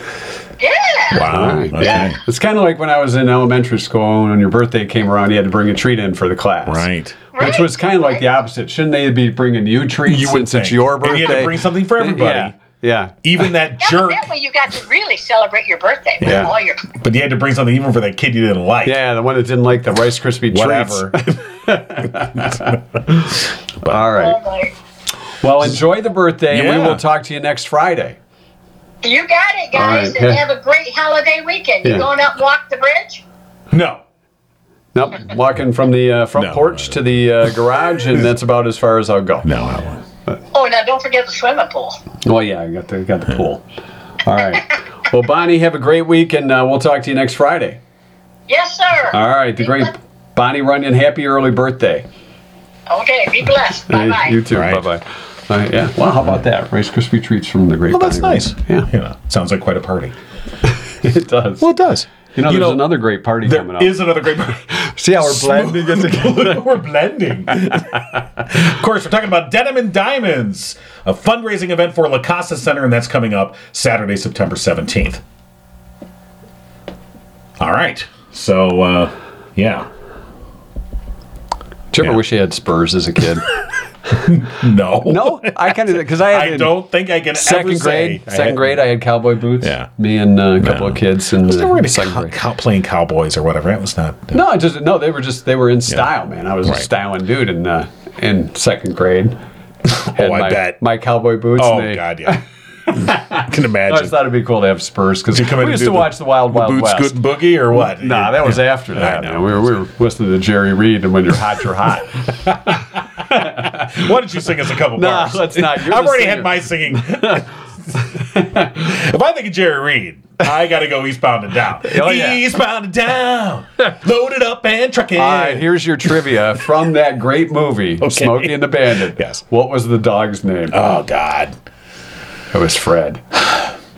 [SPEAKER 7] Yeah,
[SPEAKER 3] Wow.
[SPEAKER 4] Alright.
[SPEAKER 3] Okay.
[SPEAKER 4] It's kind of like when I was in elementary school, and when your birthday came around, you had to bring a treat in for the class,
[SPEAKER 3] Right.
[SPEAKER 4] Which
[SPEAKER 7] Right.
[SPEAKER 4] was kind of like the opposite. Shouldn't they be bringing you treats
[SPEAKER 3] You would
[SPEAKER 4] since it's
[SPEAKER 3] think.
[SPEAKER 4] your
[SPEAKER 3] And
[SPEAKER 4] birthday?
[SPEAKER 3] you had to bring something for everybody.
[SPEAKER 4] Yeah, yeah.
[SPEAKER 3] Even that
[SPEAKER 7] That-
[SPEAKER 3] jerk.
[SPEAKER 7] That way you got to really celebrate your birthday with
[SPEAKER 4] Yeah.
[SPEAKER 7] all your.
[SPEAKER 3] But you had to bring something even for that kid you didn't like.
[SPEAKER 4] Yeah, the one that didn't like the Rice Krispie
[SPEAKER 3] Whatever.
[SPEAKER 4] treats. All
[SPEAKER 7] Oh
[SPEAKER 4] right.
[SPEAKER 7] my.
[SPEAKER 4] Well, enjoy the birthday, and we
[SPEAKER 3] Yeah.
[SPEAKER 4] will talk to you next Friday.
[SPEAKER 7] You got it, guys,
[SPEAKER 4] right.
[SPEAKER 7] and have a great holiday weekend.
[SPEAKER 4] Yeah.
[SPEAKER 7] You going out and walk the bridge?
[SPEAKER 3] [laughs] no.
[SPEAKER 4] Nope, walking from the uh, front
[SPEAKER 3] No.
[SPEAKER 4] porch to the uh, garage, and that's about as far as I'll go.
[SPEAKER 3] No, I won't.
[SPEAKER 7] Oh, now don't forget the swimming pool.
[SPEAKER 4] Well, yeah, I got the got the pool. All right. Well, Bonnie, have a great week, and uh, we'll talk to you next Friday.
[SPEAKER 7] Yes, sir.
[SPEAKER 4] All right. The great Bonnie Runyon, happy early birthday.
[SPEAKER 7] Okay, be blessed. Bye bye.
[SPEAKER 4] Hey, You too.
[SPEAKER 3] All right.
[SPEAKER 4] Bye bye. All right, yeah. Well, how about that? Rice Krispie treats from the great.
[SPEAKER 3] Well, that's
[SPEAKER 4] Bonnie
[SPEAKER 3] nice.
[SPEAKER 4] Runyon.
[SPEAKER 3] You know, sounds like quite a party.
[SPEAKER 4] Yeah, [laughs] it does.
[SPEAKER 3] it does.
[SPEAKER 4] You know,
[SPEAKER 3] you
[SPEAKER 4] there's
[SPEAKER 3] know,
[SPEAKER 4] another great party
[SPEAKER 3] There
[SPEAKER 4] coming up.
[SPEAKER 3] is another great party.
[SPEAKER 4] See how we're blending it
[SPEAKER 3] [laughs]
[SPEAKER 4] together.
[SPEAKER 3] We're blending. of course, we're talking about Denim and Diamonds, a fundraising event for La Casa Center, and that's coming up Saturday, September 17th. All right. So, uh, yeah.
[SPEAKER 4] Do you ever
[SPEAKER 3] Yeah.
[SPEAKER 4] wish you had spurs as a kid?
[SPEAKER 3] [laughs] No.
[SPEAKER 4] no, I kind of because I had
[SPEAKER 3] I
[SPEAKER 4] in
[SPEAKER 3] don't think I can ever
[SPEAKER 4] Second
[SPEAKER 3] say
[SPEAKER 4] grade,
[SPEAKER 3] I
[SPEAKER 4] second
[SPEAKER 3] had-
[SPEAKER 4] grade, I had cowboy boots.
[SPEAKER 3] Yeah.
[SPEAKER 4] me and uh, a couple of kids in
[SPEAKER 3] I was never
[SPEAKER 4] the
[SPEAKER 3] into
[SPEAKER 4] second
[SPEAKER 3] cow-
[SPEAKER 4] grade.
[SPEAKER 3] cow- playing cowboys or whatever. That was not. uh,
[SPEAKER 4] No, I just no. They were just they were in style, man. I was
[SPEAKER 3] Right.
[SPEAKER 4] a styling dude
[SPEAKER 3] [laughs]
[SPEAKER 4] in uh, in second grade. Had
[SPEAKER 3] Oh, I
[SPEAKER 4] my,
[SPEAKER 3] bet.
[SPEAKER 4] my cowboy boots.
[SPEAKER 3] Oh
[SPEAKER 4] and they- [laughs]
[SPEAKER 3] God, yeah. I can
[SPEAKER 4] I
[SPEAKER 3] imagine.
[SPEAKER 4] always thought it'd be cool to have Spurs because
[SPEAKER 3] Did you come in
[SPEAKER 4] we
[SPEAKER 3] and
[SPEAKER 4] used
[SPEAKER 3] do
[SPEAKER 4] to watch the Wild Wild
[SPEAKER 3] boots,
[SPEAKER 4] West.
[SPEAKER 3] Good Boogie or what?
[SPEAKER 4] Nah, that was
[SPEAKER 3] Yeah.
[SPEAKER 4] after that.
[SPEAKER 3] know.
[SPEAKER 4] man. We were, we were listening to Jerry Reed, and when you're hot, you're
[SPEAKER 3] [laughs]
[SPEAKER 4] hot.
[SPEAKER 3] Why don't you sing us a couple
[SPEAKER 4] Nah,
[SPEAKER 3] bars?
[SPEAKER 4] let's not. You're
[SPEAKER 3] I've
[SPEAKER 4] the
[SPEAKER 3] already
[SPEAKER 4] singer.
[SPEAKER 3] had my singing. if I think of Jerry Reed, I got to go eastbound and down.
[SPEAKER 4] [laughs] Oh, yeah.
[SPEAKER 3] Eastbound and
[SPEAKER 4] [laughs]
[SPEAKER 3] down. Loaded up and trucking.
[SPEAKER 4] All right, here's your trivia from that great
[SPEAKER 3] [laughs]
[SPEAKER 4] movie, Smokey and the Bandit.
[SPEAKER 3] Yes.
[SPEAKER 4] What was the dog's name?
[SPEAKER 3] oh, God.
[SPEAKER 4] it was Fred.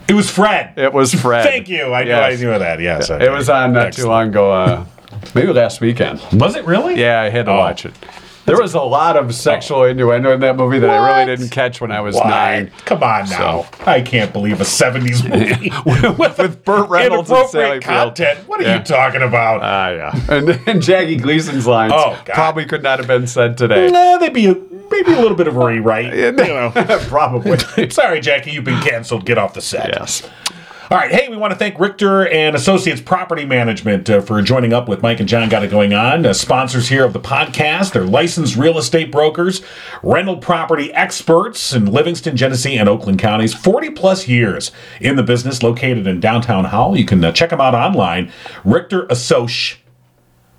[SPEAKER 3] It was Fred.
[SPEAKER 4] It was Fred.
[SPEAKER 3] Thank you. I,
[SPEAKER 4] Yes.
[SPEAKER 3] knew, I knew that. Yes.
[SPEAKER 4] It was on not too long ago, uh, maybe last weekend.
[SPEAKER 3] Was it really?
[SPEAKER 4] Yeah, I had to
[SPEAKER 3] Oh.
[SPEAKER 4] watch it. Oh. There was a lot of sexual innuendo in that movie that I really
[SPEAKER 3] What?
[SPEAKER 4] didn't catch when I was
[SPEAKER 3] Why?
[SPEAKER 4] nine.
[SPEAKER 3] Come on now. I can't believe a
[SPEAKER 4] [laughs]
[SPEAKER 3] 70s movie. with,
[SPEAKER 4] with Burt Reynolds and
[SPEAKER 3] inappropriate
[SPEAKER 4] Sally Field.
[SPEAKER 3] content. What are
[SPEAKER 4] Yeah.
[SPEAKER 3] you talking about?
[SPEAKER 4] Ah, yeah. [laughs] And, and Jackie Gleason's lines
[SPEAKER 3] Oh, God.
[SPEAKER 4] probably could not have been said today.
[SPEAKER 3] Nah, they'd be a, maybe a little bit of a rewrite. you know, probably. [laughs] Sorry, Jackie, you've been canceled. Get off the set.
[SPEAKER 4] Yes.
[SPEAKER 3] All right. Hey, we want to thank Richter and Associates Property Management uh, for joining up with Mike and John. Got it going on. Uh, sponsors here of the podcast. They're licensed real estate brokers, rental property experts in Livingston, Genesee, and Oakland counties. Forty plus years in the business, located in downtown Howell. You can uh, check them out online. Richter Assoc.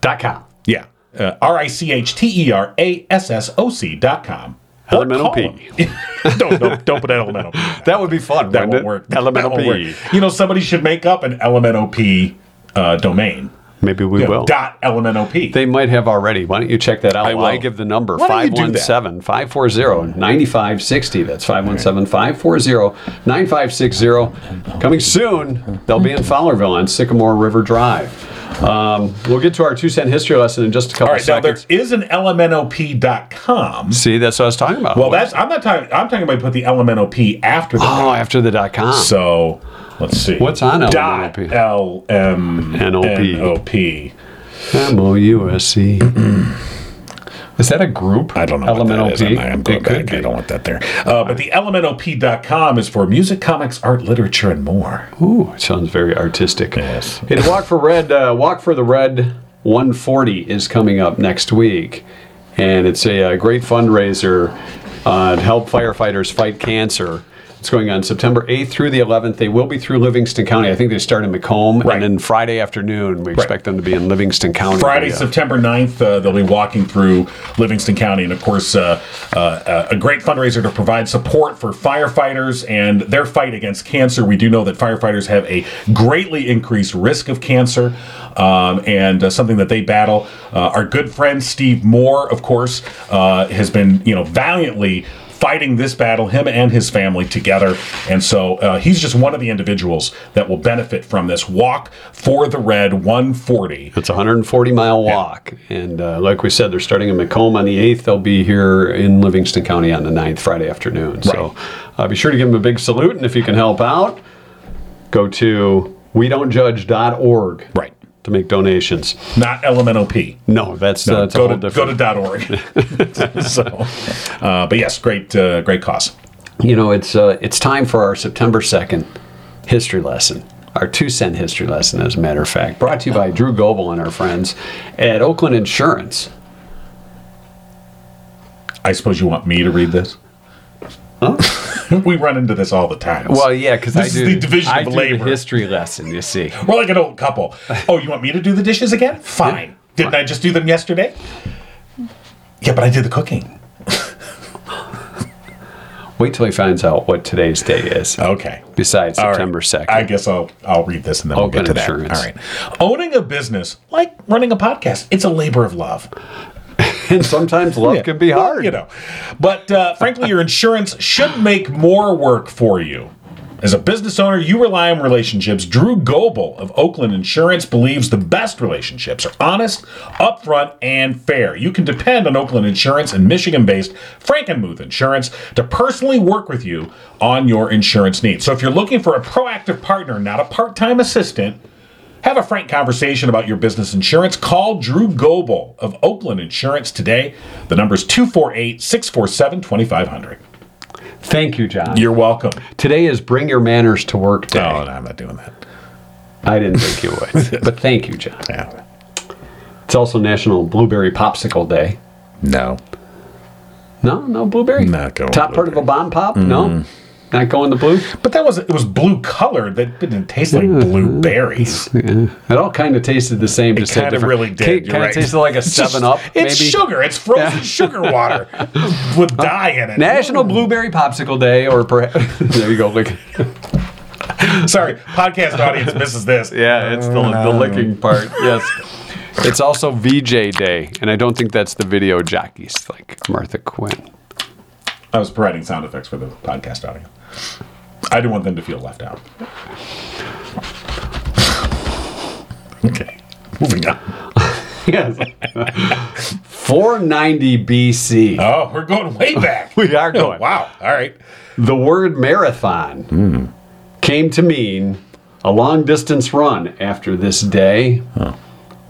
[SPEAKER 4] Dot com.
[SPEAKER 3] Yeah. Uh, R I C H T E R A S S O C dot com. Or
[SPEAKER 4] Elemental
[SPEAKER 3] call
[SPEAKER 4] P.
[SPEAKER 3] them. [laughs] don't, don't, don't put elemental P. in there.
[SPEAKER 4] That would be fun.
[SPEAKER 3] That
[SPEAKER 4] wouldn't
[SPEAKER 3] won't
[SPEAKER 4] it? [laughs]
[SPEAKER 3] work.
[SPEAKER 4] Elemental
[SPEAKER 3] That won't
[SPEAKER 4] P.
[SPEAKER 3] work. You know, somebody should make up an elemental P uh, domain.
[SPEAKER 4] Maybe we
[SPEAKER 3] You know,
[SPEAKER 4] will.
[SPEAKER 3] Dot elemental P.
[SPEAKER 4] They might have already. Why don't you check that out?
[SPEAKER 3] I
[SPEAKER 4] while I
[SPEAKER 3] will.
[SPEAKER 4] give the number
[SPEAKER 3] Why don't you do that?
[SPEAKER 4] 517 540 9560. That's 517 540 9560. Coming soon, they'll be in Fowlerville on Sycamore River Drive. Um, we'll get to our two cent history lesson in just a couple
[SPEAKER 3] All right. Now there
[SPEAKER 4] seconds.
[SPEAKER 3] is an elementalp.com.
[SPEAKER 4] See, that's what I was talking about.
[SPEAKER 3] Well, that's I'm not talking. I'm talking about put the elemental P after the.
[SPEAKER 4] Oh, after the dot com.
[SPEAKER 3] So let's see.
[SPEAKER 4] What's on
[SPEAKER 3] dot
[SPEAKER 4] LMNOP?
[SPEAKER 3] L M
[SPEAKER 4] N O P.
[SPEAKER 3] N O P.
[SPEAKER 4] M O U
[SPEAKER 3] [clears throat]
[SPEAKER 4] S E. Is that a group?
[SPEAKER 3] I don't know
[SPEAKER 4] Elemental
[SPEAKER 3] what that is.
[SPEAKER 4] P.
[SPEAKER 3] I'm, I'm going
[SPEAKER 4] It
[SPEAKER 3] back.
[SPEAKER 4] could be.
[SPEAKER 3] I don't want that there. Uh, but the elementalp.com is for music, comics, art, literature, and more.
[SPEAKER 4] Ooh, it sounds very artistic.
[SPEAKER 3] Yes.
[SPEAKER 4] Hey, the Walk for Red, uh, Walk for the Red 140 is coming up next week, and it's a, uh great fundraiser uh, to help firefighters fight cancer. It's going on September 8th through the 11th. They will be through Livingston County. I think they start in Macomb,
[SPEAKER 3] Right.
[SPEAKER 4] and then Friday afternoon we expect them to be in Livingston County.
[SPEAKER 3] Friday,
[SPEAKER 4] Yeah.
[SPEAKER 3] September 9th, uh, they'll be walking through Livingston County. And of course, uh, uh, uh, a great fundraiser to provide support for firefighters and their fight against cancer. We do know that firefighters have a greatly increased risk of cancer um, and uh, something that they battle. Uh, our good friend Steve Moore, of course, uh, has been you know valiantly fighting this battle, him and his family together. And so uh, he's just one of the individuals that will benefit from this walk for the red 140.
[SPEAKER 4] It's a 140 mile walk. And uh, like we said, they're starting in Macomb on the 8th. They'll be here in Livingston County on the 9th, Friday afternoon. So uh, be sure to give them a big salute. And if you can help out, go to we don't wedon'tjudge.org
[SPEAKER 3] Right.
[SPEAKER 4] to make donations.
[SPEAKER 3] not LMNOP.
[SPEAKER 4] No, that's, uh, that's a
[SPEAKER 3] go,
[SPEAKER 4] whole
[SPEAKER 3] to, go
[SPEAKER 4] different.
[SPEAKER 3] to dot .org. [laughs] so, uh, but yes, great, uh, great cause.
[SPEAKER 4] you know, it's, uh, it's time for our September 2nd history lesson. Our two cent history lesson, as a matter of fact, brought to you by Drew Goble and our friends at Oakland Insurance.
[SPEAKER 3] I suppose you want me to read this? we run into this all the time.
[SPEAKER 4] Well, yeah, because I
[SPEAKER 3] This
[SPEAKER 4] do
[SPEAKER 3] is the division
[SPEAKER 4] I
[SPEAKER 3] of
[SPEAKER 4] do
[SPEAKER 3] labor.
[SPEAKER 4] the history lesson. You see,
[SPEAKER 3] We're like an old couple. Oh, you want me to do the dishes again? Fine. Didn't I just do them yesterday? Yeah, but I did the cooking.
[SPEAKER 4] wait till he finds out what today's day is.
[SPEAKER 3] Okay.
[SPEAKER 4] Besides
[SPEAKER 3] All right.
[SPEAKER 4] September second,
[SPEAKER 3] I guess I'll I'll read this and then we'll
[SPEAKER 4] Open
[SPEAKER 3] get to that.
[SPEAKER 4] insurance.
[SPEAKER 3] All right. Owning a business, like running a podcast, it's a labor of love.
[SPEAKER 4] [laughs] and sometimes love
[SPEAKER 3] Yeah.
[SPEAKER 4] can be
[SPEAKER 3] Well,
[SPEAKER 4] hard.
[SPEAKER 3] you know. But uh, frankly, your insurance should make more work for you. As a business owner, you rely on relationships. Drew Goble of Oakland Insurance believes the best relationships are honest, upfront, and fair. You can depend on Oakland Insurance and Michigan based Frankenmuth Insurance to personally work with you on your insurance needs. So if you're looking for a proactive partner, not a part time assistant, have a frank conversation about your business insurance. Call Drew Goble of Oakland Insurance today. The number is 248 647 2500.
[SPEAKER 4] Thank you, John.
[SPEAKER 3] You're Oh. welcome.
[SPEAKER 4] Today is Bring Your Manners to Work Day.
[SPEAKER 3] No, no, I'm not doing that.
[SPEAKER 4] I didn't think you
[SPEAKER 3] [laughs]
[SPEAKER 4] would, but thank you, John.
[SPEAKER 3] Yeah.
[SPEAKER 4] It's also National Blueberry Popsicle Day.
[SPEAKER 3] No.
[SPEAKER 4] No, no blueberry.
[SPEAKER 3] Not going Mm.
[SPEAKER 4] Top part of a bomb pop. No. Not going the blue?
[SPEAKER 3] But that was it was blue colored. That didn't taste like
[SPEAKER 4] [laughs]
[SPEAKER 3] blueberries.
[SPEAKER 4] It all kind of tasted the same.
[SPEAKER 3] It
[SPEAKER 4] just had
[SPEAKER 3] kind of
[SPEAKER 4] different-
[SPEAKER 3] really did.
[SPEAKER 4] Kind of tasted like a Seven Up.
[SPEAKER 3] It's
[SPEAKER 4] maybe.
[SPEAKER 3] sugar. It's frozen sugar water
[SPEAKER 4] [laughs]
[SPEAKER 3] with dye in it.
[SPEAKER 4] National Blueberry Popsicle Day, or perhaps [laughs] there you go. Lick.
[SPEAKER 3] Sorry, podcast audience misses this. Oh,
[SPEAKER 4] Yeah, it's the, the licking part. Yes, it's also VJ Day, and I don't think that's the video jockeys like Martha Quinn.
[SPEAKER 3] I was providing sound effects for the podcast audience. I didn't want them to feel left out. Okay, moving on.
[SPEAKER 4] Yes, 490 BC.
[SPEAKER 3] Oh, we're going way back. Oh,
[SPEAKER 4] We are going.
[SPEAKER 3] Wow. Hmm. All right.
[SPEAKER 4] The word marathon came to mean a long distance run after this day,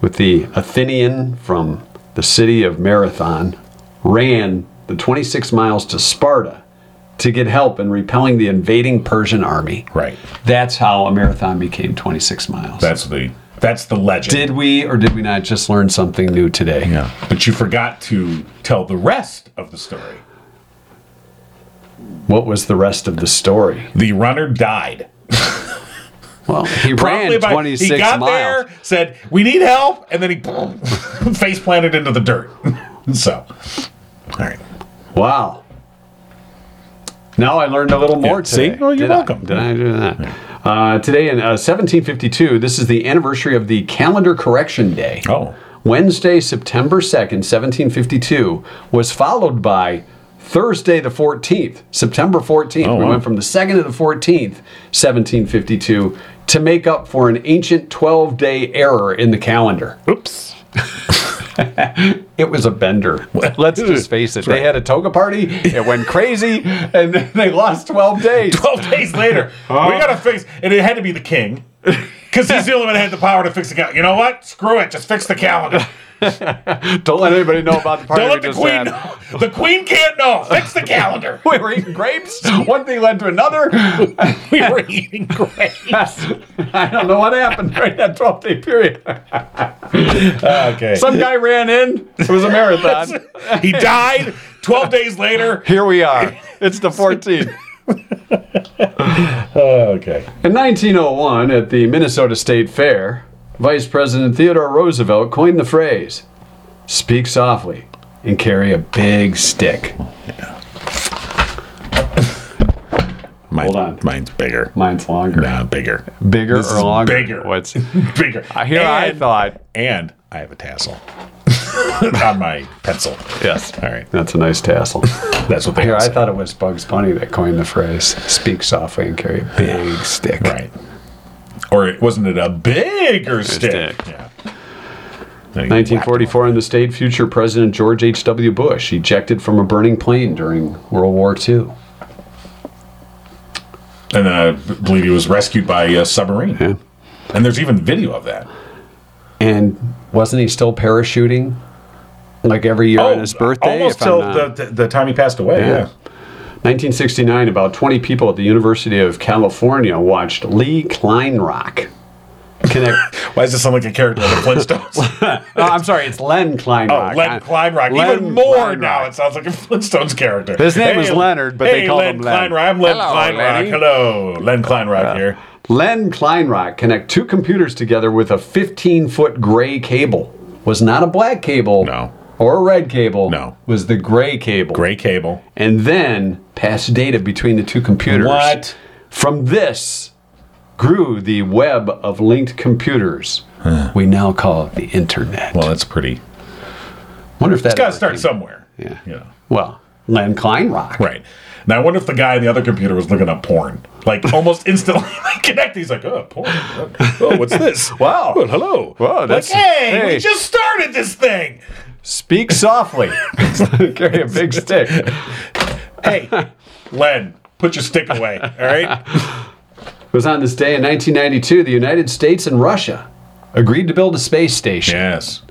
[SPEAKER 4] with the Athenian from the city of Marathon ran the 26 miles to Sparta to get help in repelling the invading Persian army.
[SPEAKER 3] Right.
[SPEAKER 4] That's how a marathon became 26 miles.
[SPEAKER 3] That's the that's the legend.
[SPEAKER 4] did we or did we not just learn something new today?
[SPEAKER 3] Yeah. But you forgot to tell the rest of the story.
[SPEAKER 4] What was the rest of the story?
[SPEAKER 3] The runner died.
[SPEAKER 4] Well, he
[SPEAKER 3] Probably
[SPEAKER 4] ran
[SPEAKER 3] by
[SPEAKER 4] 26
[SPEAKER 3] he got
[SPEAKER 4] miles.
[SPEAKER 3] there, said, "We need help," and then he boom, [laughs] face planted into the dirt. [laughs] so, all right.
[SPEAKER 4] Wow. Now I learned a little more
[SPEAKER 3] Yeah, see?
[SPEAKER 4] today.
[SPEAKER 3] Oh, you're
[SPEAKER 4] Did I-
[SPEAKER 3] welcome.
[SPEAKER 4] Did I do that? Uh, today in uh, 1752, this is the anniversary of the Calendar Correction Day.
[SPEAKER 3] Oh.
[SPEAKER 4] Wednesday, September 2nd, 1752, was followed by Thursday the 14th, September 14th.
[SPEAKER 3] Oh,
[SPEAKER 4] we
[SPEAKER 3] wow.
[SPEAKER 4] went from the 2nd to the 14th, 1752, to make up for an ancient 12 day error in the calendar.
[SPEAKER 3] Oops.
[SPEAKER 4] It was a bender. [laughs] Let's
[SPEAKER 3] [laughs]
[SPEAKER 4] just face it. They had a toga party. It went crazy, and then they lost 12
[SPEAKER 3] [laughs]
[SPEAKER 4] days.
[SPEAKER 3] Twelve days later,
[SPEAKER 4] Oh.
[SPEAKER 3] we gotta fix, and it had to be the king. Because he's the only one that had the power to fix the calendar. You know what? Screw it. Just fix the
[SPEAKER 4] [laughs]
[SPEAKER 3] calendar.
[SPEAKER 4] Don't let anybody know about the party
[SPEAKER 3] Don't
[SPEAKER 4] we
[SPEAKER 3] let the
[SPEAKER 4] just
[SPEAKER 3] queen
[SPEAKER 4] had.
[SPEAKER 3] know. The queen can't know. Fix the calendar.
[SPEAKER 4] [laughs] We were eating grapes. One thing led to another.
[SPEAKER 3] we [laughs] were eating grapes.
[SPEAKER 4] [laughs] I don't know what happened during that 12 day period.
[SPEAKER 3] Okay.
[SPEAKER 4] Some guy ran in. It was a marathon.
[SPEAKER 3] he died 12 days later.
[SPEAKER 4] Here we are. It's the [laughs] 14th.
[SPEAKER 3] Okay.
[SPEAKER 4] In 1901, at the Minnesota State Fair, Vice President Theodore Roosevelt coined the phrase speak softly and carry a big stick.
[SPEAKER 3] Mine,
[SPEAKER 4] Hold on.
[SPEAKER 3] Mine's bigger.
[SPEAKER 4] Mine's longer.
[SPEAKER 3] Nah, bigger.
[SPEAKER 4] Bigger
[SPEAKER 3] This
[SPEAKER 4] or
[SPEAKER 3] is
[SPEAKER 4] longer?
[SPEAKER 3] bigger.
[SPEAKER 4] What's
[SPEAKER 3] Bigger.
[SPEAKER 4] I hear I
[SPEAKER 3] And-
[SPEAKER 4] thought.
[SPEAKER 3] And I have a tassel [laughs] on my pencil.
[SPEAKER 4] Yes.
[SPEAKER 3] All right.
[SPEAKER 4] That's a nice tassel.
[SPEAKER 3] That's what they
[SPEAKER 4] Here, I
[SPEAKER 3] say.
[SPEAKER 4] thought it was Bugs Bunny that coined the phrase "speak softly and carry a big stick."
[SPEAKER 3] Right. Or it wasn't it a bigger stick?
[SPEAKER 4] stick.
[SPEAKER 3] Yeah. Then he
[SPEAKER 4] 1944 in the state, future President George H.W. Bush ejected from a burning plane during World War II.
[SPEAKER 3] whacked him. And then I b- believe he was rescued by a submarine. And there's even video of that.
[SPEAKER 4] And wasn't he still parachuting? Like every year on his birthday?
[SPEAKER 3] Oh, almost
[SPEAKER 4] if I'm
[SPEAKER 3] till
[SPEAKER 4] not-
[SPEAKER 3] the, the, the time he passed away.
[SPEAKER 4] Yeah.
[SPEAKER 3] Yeah.
[SPEAKER 4] 1969, about 20 people at the University of California watched Lee Kleinrock connect.
[SPEAKER 3] Why does this sound like a character in the Flintstones?
[SPEAKER 4] [laughs] No, I'm sorry, it's Len Kleinrock.
[SPEAKER 3] Oh, Len
[SPEAKER 4] I-
[SPEAKER 3] Kleinrock.
[SPEAKER 4] Len
[SPEAKER 3] Even more
[SPEAKER 4] Kleinrock.
[SPEAKER 3] now, it sounds like a Flintstones character.
[SPEAKER 4] His name is Leonard, but they
[SPEAKER 3] hey,
[SPEAKER 4] call
[SPEAKER 3] Len
[SPEAKER 4] him Len.
[SPEAKER 3] Kleinrock. I'm Len
[SPEAKER 4] Hello,
[SPEAKER 3] Kleinrock.
[SPEAKER 4] Lenny.
[SPEAKER 3] Hello, Len Kleinrock here.
[SPEAKER 4] Len Kleinrock connect two computers together with a 15 foot gray cable. Was not a black cable.
[SPEAKER 3] No.
[SPEAKER 4] Or a red cable.
[SPEAKER 3] No.
[SPEAKER 4] Was the gray cable.
[SPEAKER 3] Gray cable.
[SPEAKER 4] And then passed data between the two computers.
[SPEAKER 3] What?
[SPEAKER 4] From this grew the web of linked computers. We now call it the internet.
[SPEAKER 3] Well, that's pretty.
[SPEAKER 4] wonder if
[SPEAKER 3] Got
[SPEAKER 4] that
[SPEAKER 3] to
[SPEAKER 4] ever
[SPEAKER 3] start
[SPEAKER 4] came-
[SPEAKER 3] somewhere.
[SPEAKER 4] Yeah.
[SPEAKER 3] You know.
[SPEAKER 4] Well, Len Kleinrock.
[SPEAKER 3] Right. Now, I wonder if the guy on the other computer was looking up porn.
[SPEAKER 4] [laughs]
[SPEAKER 3] Like, almost instantly [laughs] they connect. He's like, oh, porn. Oh, what's [laughs] this?
[SPEAKER 4] Wow.
[SPEAKER 3] Well, hello.
[SPEAKER 4] Wow, that's-
[SPEAKER 3] like, hey,
[SPEAKER 4] hey.
[SPEAKER 3] we just started this thing.
[SPEAKER 4] Speak
[SPEAKER 3] [laughs]
[SPEAKER 4] softly. Carry a big stick. [laughs]
[SPEAKER 3] Hey, Len, put your stick away. All right?
[SPEAKER 4] It was on this day in 1992 the United States and Russia agreed to build a space station.
[SPEAKER 3] Yes.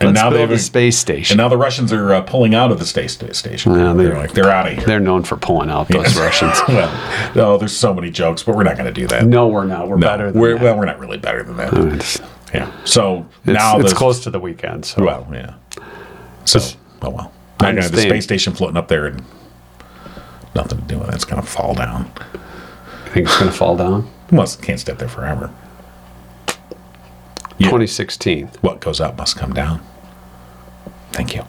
[SPEAKER 4] Let's
[SPEAKER 3] And now
[SPEAKER 4] build
[SPEAKER 3] they've
[SPEAKER 4] a space
[SPEAKER 3] And
[SPEAKER 4] station.
[SPEAKER 3] now the Russians are uh, pulling out of the space sta- station.
[SPEAKER 4] Yeah, they-
[SPEAKER 3] they're like they're out of here.
[SPEAKER 4] They're known for pulling out [laughs] those Russians.
[SPEAKER 3] [laughs] well, no, there's so many jokes, but we're not going to do that.
[SPEAKER 4] No, we're not. We're better than
[SPEAKER 3] we're,
[SPEAKER 4] that.
[SPEAKER 3] Well, we're not really better than that.
[SPEAKER 4] it's,
[SPEAKER 3] Yeah. So
[SPEAKER 4] it's-
[SPEAKER 3] now
[SPEAKER 4] it's
[SPEAKER 3] the-
[SPEAKER 4] close to the weekend. So
[SPEAKER 3] Well, yeah. So oh well. Now you're gonna have the
[SPEAKER 4] understand.
[SPEAKER 3] space station floating up there, and nothing to do with it. It's going to fall down.
[SPEAKER 4] I think it's going to fall down.
[SPEAKER 3] Well, it can't stay up there forever. [laughs]
[SPEAKER 4] 2016.
[SPEAKER 3] What goes up must come down. Thank you.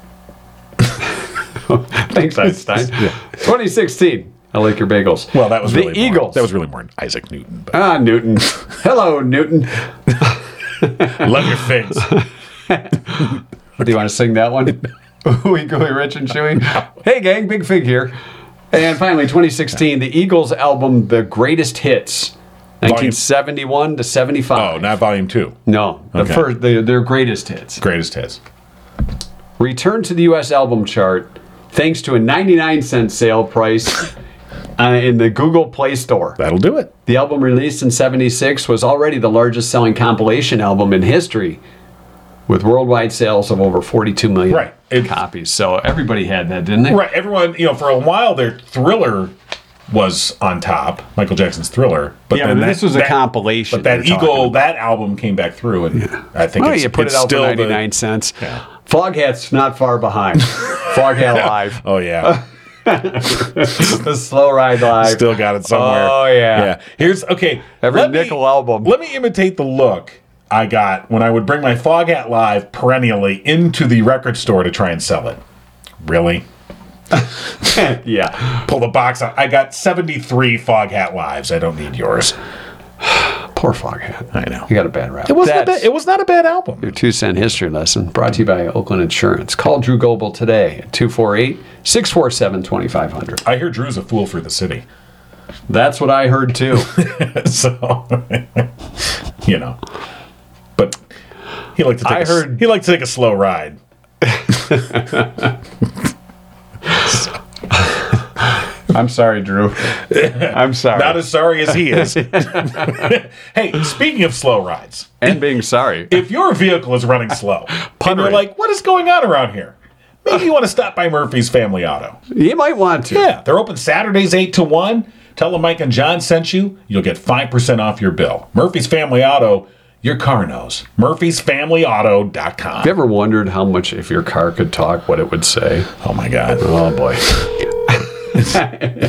[SPEAKER 4] Thanks, Einstein. 2016. I like your bagels.
[SPEAKER 3] Well, that was
[SPEAKER 4] the
[SPEAKER 3] really more-
[SPEAKER 4] Eagles.
[SPEAKER 3] that was really more Isaac Newton. But
[SPEAKER 4] ah
[SPEAKER 3] [laughs]
[SPEAKER 4] Newton. Hello, Newton.
[SPEAKER 3] love your
[SPEAKER 4] [laughs]
[SPEAKER 3] figs.
[SPEAKER 4] Do you want to sing that one? Winkly, Rich, and Chewy. [laughs] Hey, gang, Big Fig here. And finally, 2016, the Eagles album, The Greatest Hits, 1971 to 75.
[SPEAKER 3] Oh, not volume two.
[SPEAKER 4] No, the
[SPEAKER 3] Okay.
[SPEAKER 4] first, the, their greatest hits.
[SPEAKER 3] Greatest hits.
[SPEAKER 4] Return to the U.S. album chart thanks to a 99 cent sale price [laughs] uh, in the Google Play Store.
[SPEAKER 3] That'll do it.
[SPEAKER 4] The album released in 76 was already the largest selling compilation album in history with worldwide sales of over 42 million
[SPEAKER 3] Right. It-
[SPEAKER 4] copies. So everybody had that, didn't they?
[SPEAKER 3] Right. Everyone, you know, for a while their Thriller was on top, Michael Jackson's Thriller. But
[SPEAKER 4] Yeah, but this was a compilation
[SPEAKER 3] But that
[SPEAKER 4] they're talking
[SPEAKER 3] Eagle,
[SPEAKER 4] about.
[SPEAKER 3] that album came back through, and I think
[SPEAKER 4] Oh,
[SPEAKER 3] it's,
[SPEAKER 4] you put
[SPEAKER 3] it's
[SPEAKER 4] it out for
[SPEAKER 3] still
[SPEAKER 4] 99
[SPEAKER 3] the,
[SPEAKER 4] cents.
[SPEAKER 3] Yeah.
[SPEAKER 4] Foghat's not
[SPEAKER 3] [laughs]
[SPEAKER 4] far behind. Foghat Live.
[SPEAKER 3] Oh
[SPEAKER 4] [laughs]
[SPEAKER 3] yeah,
[SPEAKER 4] The Slow Ride Live.
[SPEAKER 3] still got it somewhere.
[SPEAKER 4] Oh, yeah.
[SPEAKER 3] yeah. Here's okay.
[SPEAKER 4] Every
[SPEAKER 3] let me-
[SPEAKER 4] nickel album.
[SPEAKER 3] Let me imitate the look I got when I would bring my Foghat Live perennially into the record store to try and sell it. Really.
[SPEAKER 4] [laughs] yeah.
[SPEAKER 3] Pull the box out. I got 73 Foghat Lives. I don't need yours.
[SPEAKER 4] Poor Foghat.
[SPEAKER 3] I know.
[SPEAKER 4] You got a bad rap.
[SPEAKER 3] It was not a
[SPEAKER 4] That's-
[SPEAKER 3] bad, it was not a bad album.
[SPEAKER 4] Your two cent history lesson brought to you by Oakland Insurance. Call Drew Goble today at 248 647 2500.
[SPEAKER 3] I hear Drew's a fool for the city.
[SPEAKER 4] That's what I heard too.
[SPEAKER 3] [laughs] So, you know, but he liked to take.
[SPEAKER 4] I
[SPEAKER 3] a s-
[SPEAKER 4] heard-
[SPEAKER 3] he liked to take a slow ride.
[SPEAKER 4] [laughs] I'm
[SPEAKER 3] [laughs]
[SPEAKER 4] sorry, Drew. I'm sorry.
[SPEAKER 3] Not as sorry as he
[SPEAKER 4] [laughs]
[SPEAKER 3] is. hey, speaking of slow rides,
[SPEAKER 4] and being sorry.
[SPEAKER 3] if your vehicle is running slow, and you're
[SPEAKER 4] Puttering.
[SPEAKER 3] like, "What is going on around here?" Maybe you want to stop by Murphy's Family Auto.
[SPEAKER 4] You might want to.
[SPEAKER 3] Yeah, they're open Saturdays eight to one. Tell them Mike and John sent you. You'll get five percent off your bill. Murphy's Family Auto. Your car knows. Murphy'sFamilyAuto.com.
[SPEAKER 4] You ever wondered how much, if your car could talk, what it would say?
[SPEAKER 3] Oh my God.
[SPEAKER 4] Oh, boy.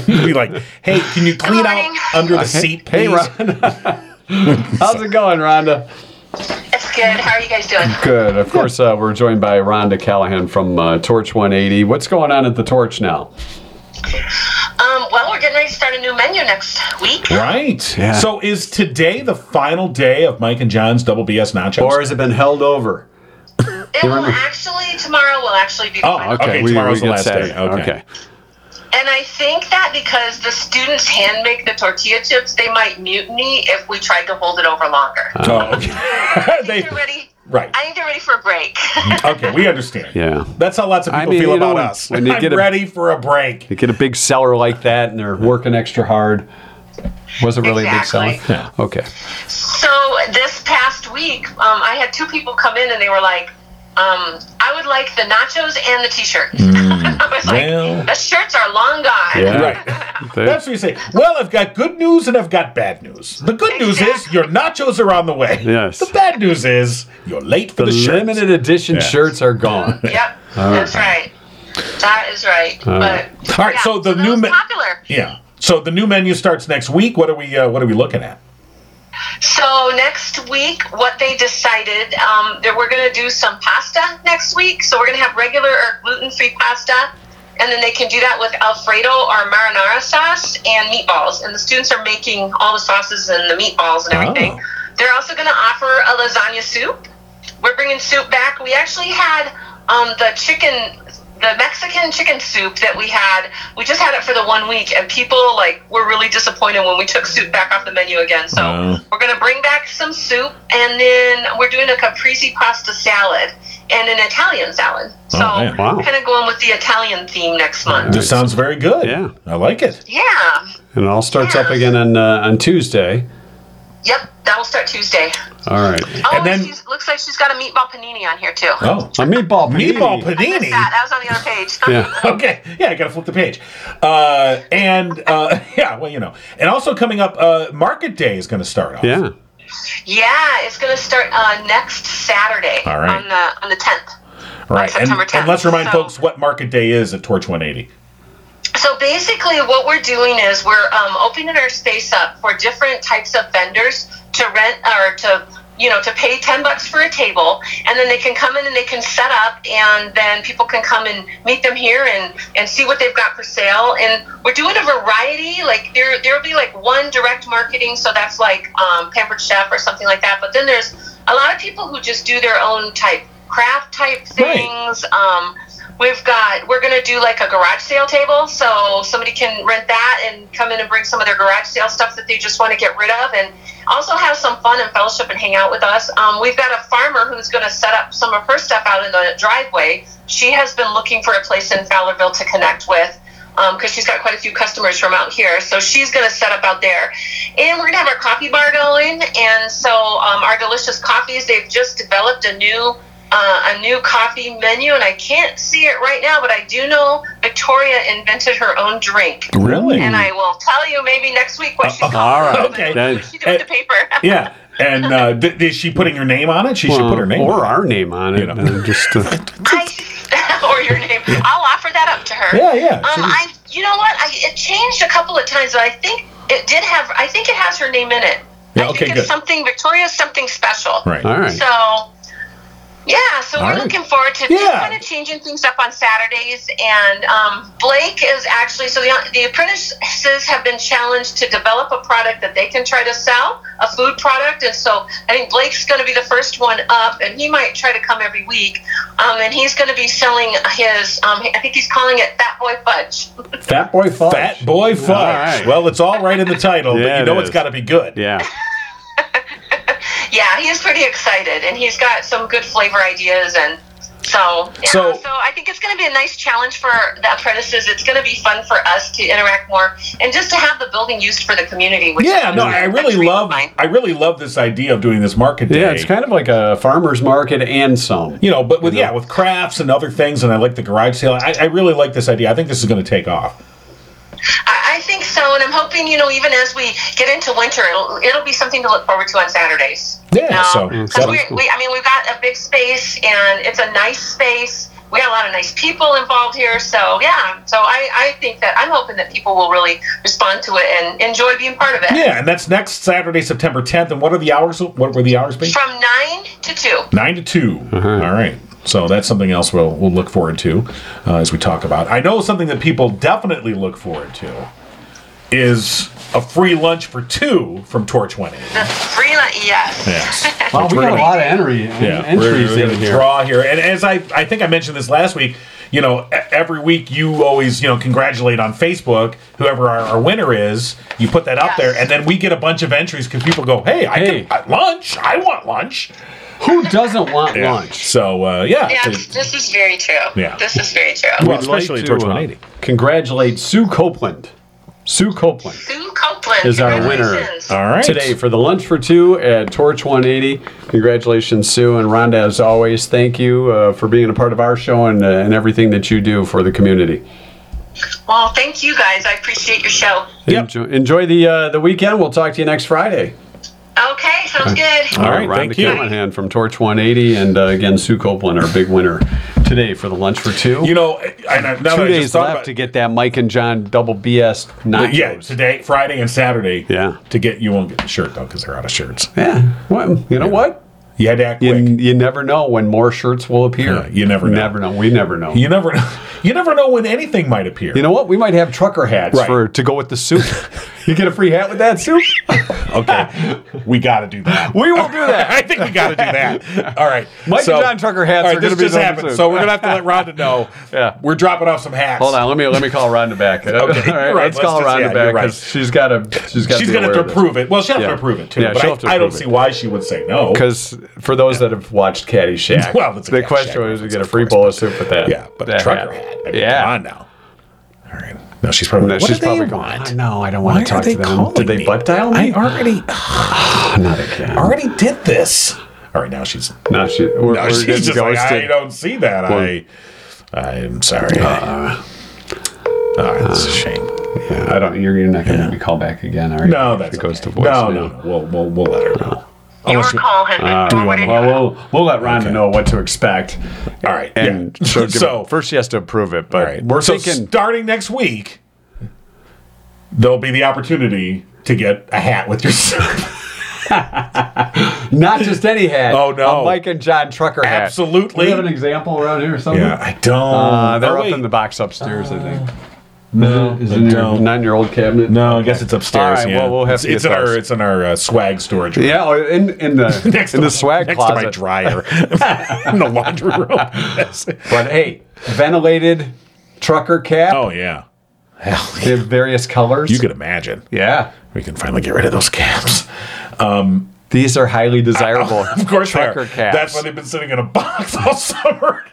[SPEAKER 3] be like, "Hey, can you clean out
[SPEAKER 7] morning.
[SPEAKER 3] under the seat,
[SPEAKER 4] Uh, Hey,
[SPEAKER 3] please?"
[SPEAKER 4] [laughs] Rhonda. How's it going, Rhonda?
[SPEAKER 7] That's good. How are you guys doing?
[SPEAKER 4] Good. Of course, uh, we're joined by Rhonda Callahan from uh, Torch 180. What's going on at the Torch now?
[SPEAKER 7] Um, well, we're getting ready to start a new menu next week.
[SPEAKER 3] Right.
[SPEAKER 4] Yeah.
[SPEAKER 3] So, is today the final day of Mike and John's Double BS Nachos?
[SPEAKER 4] Or has it been held over?
[SPEAKER 7] It will
[SPEAKER 4] remember-
[SPEAKER 7] actually tomorrow will actually be. the
[SPEAKER 3] Oh,
[SPEAKER 7] final.
[SPEAKER 3] Okay, tomorrow's the
[SPEAKER 4] get
[SPEAKER 3] last day. Okay.
[SPEAKER 7] And I think that because the students hand make the tortilla chips, they might mutiny if we tried to hold it over longer.
[SPEAKER 4] Uh,
[SPEAKER 3] oh, [laughs] okay.
[SPEAKER 7] I
[SPEAKER 3] They-
[SPEAKER 7] think they're ready.
[SPEAKER 3] right.
[SPEAKER 7] I think they're ready for a break. [laughs]
[SPEAKER 3] okay, we understand.
[SPEAKER 4] Yeah.
[SPEAKER 3] That's how lots of
[SPEAKER 4] I
[SPEAKER 3] people
[SPEAKER 4] mean,
[SPEAKER 3] feel
[SPEAKER 4] you know,
[SPEAKER 3] about
[SPEAKER 4] when-
[SPEAKER 3] us.
[SPEAKER 4] when you
[SPEAKER 3] I'm
[SPEAKER 4] get a-
[SPEAKER 3] ready for a break.
[SPEAKER 4] They get a big seller like that and they're working extra hard. Was it really a
[SPEAKER 7] Exactly.
[SPEAKER 4] big seller? Okay.
[SPEAKER 7] so this past week, um, I had two people come in and they were like, um, "I would like the nachos and the t-shirt."
[SPEAKER 3] Mm.
[SPEAKER 7] I was
[SPEAKER 3] well.
[SPEAKER 7] like, "The shirts are long gone."
[SPEAKER 3] Right. That's what you say. Well, I've got good news and I've got bad news. The good news is your nachos are on the way.
[SPEAKER 4] Yes.
[SPEAKER 3] The bad news is you're late for
[SPEAKER 4] The
[SPEAKER 3] the, shirts.
[SPEAKER 4] limited edition
[SPEAKER 3] Yeah.
[SPEAKER 4] shirts
[SPEAKER 3] [laughs]
[SPEAKER 4] are gone.
[SPEAKER 7] Yep, that's right. That is right. but,
[SPEAKER 3] All right, so the
[SPEAKER 7] that
[SPEAKER 3] new
[SPEAKER 7] was
[SPEAKER 3] me-
[SPEAKER 7] popular.
[SPEAKER 3] Yeah. So the new menu starts next week. What are we? Uh, what are we looking at?
[SPEAKER 7] So next week, what they decided um, that we're going to do some pasta next week. So we're going to have regular or gluten-free pasta, and then they can do that with Alfredo or marinara sauce and meatballs. And the students are making all the sauces and the meatballs and everything.
[SPEAKER 3] Oh.
[SPEAKER 7] They're also going to offer a lasagna soup. We're bringing soup back. We actually had um, the chicken, the Mexican chicken soup that we had. We just had it for the one week, and people like were really disappointed when we took soup back off the menu again. So
[SPEAKER 3] Oh.
[SPEAKER 7] we're gonna bring back some soup, and then we're doing a caprese pasta salad and an Italian salad. So
[SPEAKER 3] Oh, man.
[SPEAKER 4] Wow.
[SPEAKER 7] kind of going with the Italian theme next month.
[SPEAKER 3] This sounds very good.
[SPEAKER 4] Yeah.
[SPEAKER 3] I like it.
[SPEAKER 7] Yeah.
[SPEAKER 4] And it all starts up again on uh, on Tuesday.
[SPEAKER 7] Yep. That will start Tuesday.
[SPEAKER 4] All right.
[SPEAKER 7] Oh,
[SPEAKER 3] And then-
[SPEAKER 7] she's, looks like she's got a meatball panini on here too.
[SPEAKER 3] Oh,
[SPEAKER 4] A meatball panini.
[SPEAKER 3] meatball
[SPEAKER 7] I missed
[SPEAKER 3] panini. [laughs]
[SPEAKER 7] that. That was on the other page.
[SPEAKER 4] Yeah.
[SPEAKER 3] Okay, yeah, I gotta flip the page, uh, and uh, [laughs] yeah, well, you know, and also coming up, uh, Market Day is gonna start off.
[SPEAKER 4] Yeah.
[SPEAKER 7] Yeah, it's going to start uh, next Saturday
[SPEAKER 3] All right.
[SPEAKER 7] on the on the tenth.
[SPEAKER 3] right. And,
[SPEAKER 7] September 10th,
[SPEAKER 3] and let's remind
[SPEAKER 7] so-
[SPEAKER 3] folks what Market Day is at Torch 180.
[SPEAKER 7] So basically, what we're doing is we're um, opening our space up for different types of vendors to rent or to you know to pay ten bucks for a table, and then they can come in and they can set up, and then people can come and meet them here and and see what they've got for sale. And we're doing a variety. Like there there'll be like one direct marketing, so that's like um, Pampered Chef or something like that. But then there's a lot of people who just do their own type craft type
[SPEAKER 4] Right.
[SPEAKER 7] things. Um, We've got we're gonna do like a garage sale table, so somebody can rent that and come in and bring some of their garage sale stuff that they just want to get rid of, and also have some fun and fellowship and hang out with us. Um, we've got a farmer who's gonna set up some of her stuff out in the driveway. She has been looking for a place in Fowlerville to connect with because she's Um, got quite a few customers from out here. So she's going to set up out there. And we're going to have our coffee bar going. And so um, our delicious coffees, they've just developed a new. Uh, a new coffee menu, and I can't see it right now, but I do know Victoria invented her own drink,
[SPEAKER 3] Really?
[SPEAKER 7] and I will tell you maybe next week what she
[SPEAKER 3] Uh,
[SPEAKER 7] calls
[SPEAKER 4] all right.
[SPEAKER 7] it. But
[SPEAKER 4] Then-
[SPEAKER 7] She did with the paper.
[SPEAKER 3] Yeah. And uh, [laughs] th- is she putting her name on it? She should put her name on
[SPEAKER 4] or our name on it.
[SPEAKER 3] know.
[SPEAKER 4] uh, just [laughs] uh,
[SPEAKER 7] I, [laughs] or your name. I'll offer that up to her.
[SPEAKER 3] it. Yeah, yeah.
[SPEAKER 7] Um, I, you know what? I, it changed a couple of times, but I think it did have. I think it has her name in it.
[SPEAKER 3] Yeah,
[SPEAKER 7] I
[SPEAKER 3] okay,
[SPEAKER 7] think
[SPEAKER 3] good.
[SPEAKER 7] it's something Victoria's something special.
[SPEAKER 3] right.
[SPEAKER 4] all right.
[SPEAKER 7] So, yeah. So
[SPEAKER 3] All
[SPEAKER 7] we're
[SPEAKER 3] right.
[SPEAKER 7] looking forward to
[SPEAKER 3] Yeah.
[SPEAKER 7] just kind of changing things up on Saturdays. And um, Blake is actually so the the apprentices have been challenged to develop a product that they can try to sell, a food product. And so I think Blake's going to be the first one up, and he might try to come every week. Um, and he's going to be selling his. Um, I think he's calling it Fat Boy Fudge.
[SPEAKER 4] Fat boy fudge.
[SPEAKER 3] Fat Boy Fudge.
[SPEAKER 4] right.
[SPEAKER 3] Well, it's all right in the title,
[SPEAKER 4] Yeah,
[SPEAKER 3] but you
[SPEAKER 4] it
[SPEAKER 3] know it's
[SPEAKER 4] is.
[SPEAKER 3] got to be good.
[SPEAKER 4] Yeah.
[SPEAKER 7] yeah, he's pretty excited, and he's got some good flavor ideas, and so yeah,
[SPEAKER 3] So-
[SPEAKER 7] so, I think it's going to be a nice challenge for the apprentices. It's going to be fun for us to interact more and just to have the building used for the community. Which
[SPEAKER 3] Yeah,
[SPEAKER 7] is
[SPEAKER 3] no,
[SPEAKER 7] a-
[SPEAKER 3] I
[SPEAKER 7] a
[SPEAKER 3] really
[SPEAKER 7] dream of
[SPEAKER 3] love
[SPEAKER 7] mine.
[SPEAKER 3] I really love this idea of doing this market day.
[SPEAKER 4] Yeah, it's kind of like a farmer's market and some.
[SPEAKER 3] you know, but with yeah, with crafts and other things, and I like the garage sale. I, I really like this idea. I think this is going to take off.
[SPEAKER 7] I, I think so, and I'm hoping you know even as we get into winter, it'll it'll be something to look forward to on Saturdays.
[SPEAKER 3] Yeah,
[SPEAKER 7] you know?
[SPEAKER 3] so-
[SPEAKER 7] 'Cause
[SPEAKER 4] Mm,
[SPEAKER 7] we,
[SPEAKER 4] so-
[SPEAKER 7] we, I mean, we've got a big space, and it's a nice space. We got a lot of nice people involved here, so yeah. So I, I think that I'm hoping that people will really respond to it and enjoy being part of it.
[SPEAKER 3] Yeah, and that's next Saturday, September 10th. And what are the hours? What were the hours? Be
[SPEAKER 7] From nine to two.
[SPEAKER 3] nine to 2 All right. So that's something else we'll we'll look forward to uh, as we talk about. I know something that people definitely look forward to is a free lunch for two from Torch Twenty.
[SPEAKER 7] The free li- yes.
[SPEAKER 3] Yes.
[SPEAKER 4] Wow, we
[SPEAKER 3] We're
[SPEAKER 4] got a
[SPEAKER 3] gonna-
[SPEAKER 4] lot of entry,
[SPEAKER 3] yeah, we're,
[SPEAKER 4] entries
[SPEAKER 3] we're gonna
[SPEAKER 4] in here.
[SPEAKER 3] draw here. And as I, I think I mentioned this last week, you know, e- every week you always, you know, congratulate on Facebook whoever our, our winner is. You put that out
[SPEAKER 7] Yes.
[SPEAKER 3] there, and then we get a bunch of entries because people go, "Hey, I
[SPEAKER 4] Hey.
[SPEAKER 3] can I, lunch. I want lunch."
[SPEAKER 4] Who doesn't want lunch?
[SPEAKER 3] So uh, yeah,
[SPEAKER 7] Yeah,
[SPEAKER 3] so-
[SPEAKER 7] this is very true.
[SPEAKER 3] Yeah.
[SPEAKER 7] This is very true.
[SPEAKER 3] well,
[SPEAKER 4] We'd like
[SPEAKER 3] especially
[SPEAKER 4] to,
[SPEAKER 3] towards
[SPEAKER 4] uh,
[SPEAKER 3] 180.
[SPEAKER 4] Congratulate Sue Copeland. Sue Copeland
[SPEAKER 7] Sue Copeland
[SPEAKER 4] is our winner
[SPEAKER 7] congratulations.
[SPEAKER 3] All right,
[SPEAKER 4] today for the lunch for two at Torch 180. Congratulations, Sue and Rhonda. As always, thank you uh, for being a part of our show and, uh, and everything that you do for the community.
[SPEAKER 7] Well, thank you guys. I appreciate your show.
[SPEAKER 3] Yep.
[SPEAKER 4] Enjoy, enjoy the uh, the weekend. We'll talk to you next Friday.
[SPEAKER 7] Okay, sounds good.
[SPEAKER 3] All right,
[SPEAKER 4] Rhonda
[SPEAKER 3] thank you.
[SPEAKER 4] Callahan from Torch 180, and uh, again Sue Copeland, our big winner today for the lunch for two.
[SPEAKER 3] You know, and I, now that
[SPEAKER 4] two
[SPEAKER 3] I just
[SPEAKER 4] days
[SPEAKER 3] thought
[SPEAKER 4] left
[SPEAKER 3] about-
[SPEAKER 4] to get that Mike and John double BS
[SPEAKER 3] But
[SPEAKER 4] nachos.
[SPEAKER 3] yeah, today, Friday and Saturday.
[SPEAKER 4] Yeah.
[SPEAKER 3] To get you won't get the shirt though because they're out of shirts.
[SPEAKER 4] Yeah. What, you know what?
[SPEAKER 3] You had to act
[SPEAKER 4] You,
[SPEAKER 3] quick.
[SPEAKER 4] you never know when more shirts will appear.
[SPEAKER 3] Yeah, you never know.
[SPEAKER 4] Never know. We never know.
[SPEAKER 3] You never, [laughs] you never know when anything might appear.
[SPEAKER 4] You know what? We might have trucker hats
[SPEAKER 3] Right.
[SPEAKER 4] for to go with
[SPEAKER 3] [laughs]
[SPEAKER 4] the soup. you get a free hat with that soup.
[SPEAKER 3] okay, we got to do that. [laughs]
[SPEAKER 4] We will do that.
[SPEAKER 3] I think we got to do that. [laughs] All right,
[SPEAKER 4] Mike and John Trucker hats
[SPEAKER 3] All right,
[SPEAKER 4] are
[SPEAKER 3] this
[SPEAKER 4] gonna be
[SPEAKER 3] just
[SPEAKER 4] on
[SPEAKER 3] happened,
[SPEAKER 4] soon.
[SPEAKER 3] so we're gonna have to let
[SPEAKER 4] [laughs]
[SPEAKER 3] Rhonda know.
[SPEAKER 4] Yeah.
[SPEAKER 3] we're dropping off some hats.
[SPEAKER 4] Hold on. Let me let me call Rhonda back. okay. All right,
[SPEAKER 3] you're right.
[SPEAKER 4] Let's,
[SPEAKER 3] Let's
[SPEAKER 4] call
[SPEAKER 3] just- yeah,
[SPEAKER 4] Rhonda
[SPEAKER 3] you're
[SPEAKER 4] back
[SPEAKER 3] right.
[SPEAKER 4] because she's got to. She's got.
[SPEAKER 3] She's
[SPEAKER 4] to
[SPEAKER 3] gonna have to prove it. Well, she'll have
[SPEAKER 4] Yeah.
[SPEAKER 3] to prove it too.
[SPEAKER 4] Yeah,
[SPEAKER 3] but I,
[SPEAKER 4] she'll have to
[SPEAKER 3] I don't
[SPEAKER 4] prove it.
[SPEAKER 3] see why she would say no.
[SPEAKER 4] Because for those that have watched Caddyshack,
[SPEAKER 3] Well, it's a
[SPEAKER 4] the
[SPEAKER 3] Caddyshack
[SPEAKER 4] question was to
[SPEAKER 3] reference,
[SPEAKER 4] get a
[SPEAKER 3] of
[SPEAKER 4] free
[SPEAKER 3] course,
[SPEAKER 4] bowl of soup with that.
[SPEAKER 3] yeah, but a
[SPEAKER 4] that
[SPEAKER 3] trucker hat. I mean,
[SPEAKER 4] yeah.
[SPEAKER 3] come on now. All right, no, she's probably.
[SPEAKER 4] No,
[SPEAKER 3] what
[SPEAKER 4] she's
[SPEAKER 3] do they
[SPEAKER 4] probably going.
[SPEAKER 3] want?
[SPEAKER 4] "Ah, No, I don't
[SPEAKER 3] Why
[SPEAKER 4] want
[SPEAKER 3] are
[SPEAKER 4] to talk
[SPEAKER 3] they
[SPEAKER 4] to them.
[SPEAKER 3] calling
[SPEAKER 4] Did they
[SPEAKER 3] me?
[SPEAKER 4] butt dial
[SPEAKER 3] I
[SPEAKER 4] me? [sighs] Ah,
[SPEAKER 3] already
[SPEAKER 4] not again.
[SPEAKER 3] already did this. All right, now she's
[SPEAKER 4] No, she, we're,
[SPEAKER 3] No,
[SPEAKER 4] we're
[SPEAKER 3] she's
[SPEAKER 4] getting
[SPEAKER 3] just like, I
[SPEAKER 4] ghosted.
[SPEAKER 3] don't see that. I, I'm sorry. All
[SPEAKER 4] uh,
[SPEAKER 3] right, that's a shame.
[SPEAKER 4] Yeah, I don't. You're, you're not going to be called back again, are you?
[SPEAKER 3] No,
[SPEAKER 4] If
[SPEAKER 3] that's
[SPEAKER 4] it goes
[SPEAKER 3] okay.
[SPEAKER 4] to voicemail.
[SPEAKER 3] No, no, no. We'll, we'll, we'll let her know.
[SPEAKER 7] Your
[SPEAKER 3] Unless you-
[SPEAKER 7] call has been
[SPEAKER 4] All right,
[SPEAKER 7] forwarded.
[SPEAKER 4] well, we'll we'll let Rhonda
[SPEAKER 3] Okay.
[SPEAKER 4] know what to expect.
[SPEAKER 3] All right,
[SPEAKER 4] and
[SPEAKER 3] yeah.
[SPEAKER 4] so, give-
[SPEAKER 3] So- [laughs]
[SPEAKER 4] first she has to approve it. But
[SPEAKER 3] All right,
[SPEAKER 4] we're
[SPEAKER 3] so
[SPEAKER 4] thinking
[SPEAKER 3] starting next week, there'll be the opportunity to get a hat with your [laughs] son.
[SPEAKER 4] Not just any hat.
[SPEAKER 3] Oh, no.
[SPEAKER 4] A Mike and John Trucker hat.
[SPEAKER 3] Absolutely.
[SPEAKER 4] Do we have an example around here or something?
[SPEAKER 3] yeah, I don't.
[SPEAKER 4] Uh, they're
[SPEAKER 3] Oh,
[SPEAKER 4] up
[SPEAKER 3] wait.
[SPEAKER 4] in the box upstairs, I think.
[SPEAKER 3] No,
[SPEAKER 4] Is
[SPEAKER 3] I
[SPEAKER 4] it in your
[SPEAKER 3] don't.
[SPEAKER 4] nine-year-old cabinet?
[SPEAKER 3] No, I guess it's upstairs.
[SPEAKER 4] All right,
[SPEAKER 3] yeah.
[SPEAKER 4] well, we'll have
[SPEAKER 3] it's,
[SPEAKER 4] to get
[SPEAKER 3] it's in our
[SPEAKER 4] those.
[SPEAKER 3] it's in our uh, swag storage. room.
[SPEAKER 4] Yeah, or in in the
[SPEAKER 3] [laughs] Next
[SPEAKER 4] in
[SPEAKER 3] to
[SPEAKER 4] the
[SPEAKER 3] my-
[SPEAKER 4] swag
[SPEAKER 3] next
[SPEAKER 4] closet.
[SPEAKER 3] to my
[SPEAKER 4] [laughs]
[SPEAKER 3] dryer [laughs] in the laundry room. Yes. [laughs]
[SPEAKER 4] But hey, ventilated trucker cap
[SPEAKER 3] oh yeah, hell yeah.
[SPEAKER 4] in various colors.
[SPEAKER 3] you could imagine.
[SPEAKER 4] yeah.
[SPEAKER 3] We can finally get rid of those caps. Um,
[SPEAKER 4] These are highly desirable.
[SPEAKER 3] oh, [laughs] Of course, they are.
[SPEAKER 4] trucker caps.
[SPEAKER 3] That's why they've been sitting in a box [laughs] all summer.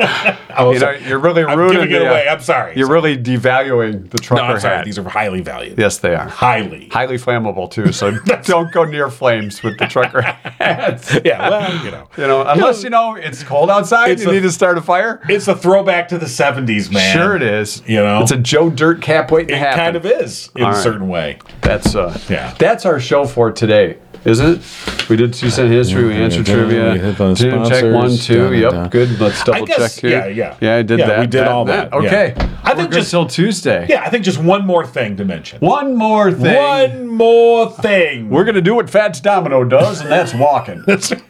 [SPEAKER 4] you know, you're really
[SPEAKER 3] I'm
[SPEAKER 4] ruining
[SPEAKER 3] giving it
[SPEAKER 4] the, uh,
[SPEAKER 3] away. I'm sorry.
[SPEAKER 4] You're really devaluing the
[SPEAKER 3] no,
[SPEAKER 4] trucker
[SPEAKER 3] I'm sorry.
[SPEAKER 4] hat.
[SPEAKER 3] These are highly valued.
[SPEAKER 4] yes, they are.
[SPEAKER 3] highly.
[SPEAKER 4] Highly flammable
[SPEAKER 3] [laughs]
[SPEAKER 4] too, so don't go near flames with the trucker hats.
[SPEAKER 3] Yeah, well, you know,
[SPEAKER 4] You know, unless you know it's cold outside,
[SPEAKER 3] It's
[SPEAKER 4] you
[SPEAKER 3] a-
[SPEAKER 4] need to start a fire.
[SPEAKER 3] it's a throwback to the '70s, man.
[SPEAKER 4] Sure, it is.
[SPEAKER 3] You know?
[SPEAKER 4] it's a Joe Dirt cap waiting to
[SPEAKER 3] It
[SPEAKER 4] happen.
[SPEAKER 3] kind of is in
[SPEAKER 4] All
[SPEAKER 3] a
[SPEAKER 4] right.
[SPEAKER 3] certain way.
[SPEAKER 4] That's uh,
[SPEAKER 3] Yeah.
[SPEAKER 4] That's our show for today, isn't it? We did two cent history. We answered
[SPEAKER 3] yeah,
[SPEAKER 4] trivia.
[SPEAKER 3] we hit on
[SPEAKER 4] Two, check
[SPEAKER 3] sponsors,
[SPEAKER 4] one, two.
[SPEAKER 3] da, da,
[SPEAKER 4] yep,
[SPEAKER 3] da.
[SPEAKER 4] good. Let's double
[SPEAKER 3] guess-
[SPEAKER 4] check here.
[SPEAKER 3] yeah, yeah.
[SPEAKER 4] yeah. I did
[SPEAKER 3] Yeah,
[SPEAKER 4] that.
[SPEAKER 3] we did all that, yeah.
[SPEAKER 4] Okay.
[SPEAKER 3] I think
[SPEAKER 4] good
[SPEAKER 3] just-
[SPEAKER 4] till Tuesday.
[SPEAKER 3] Yeah, I think just one more thing to mention.
[SPEAKER 4] One more thing.
[SPEAKER 3] One more thing.
[SPEAKER 4] We're gonna do what Fats Domino does, and that's
[SPEAKER 3] [laughs]
[SPEAKER 4] walking.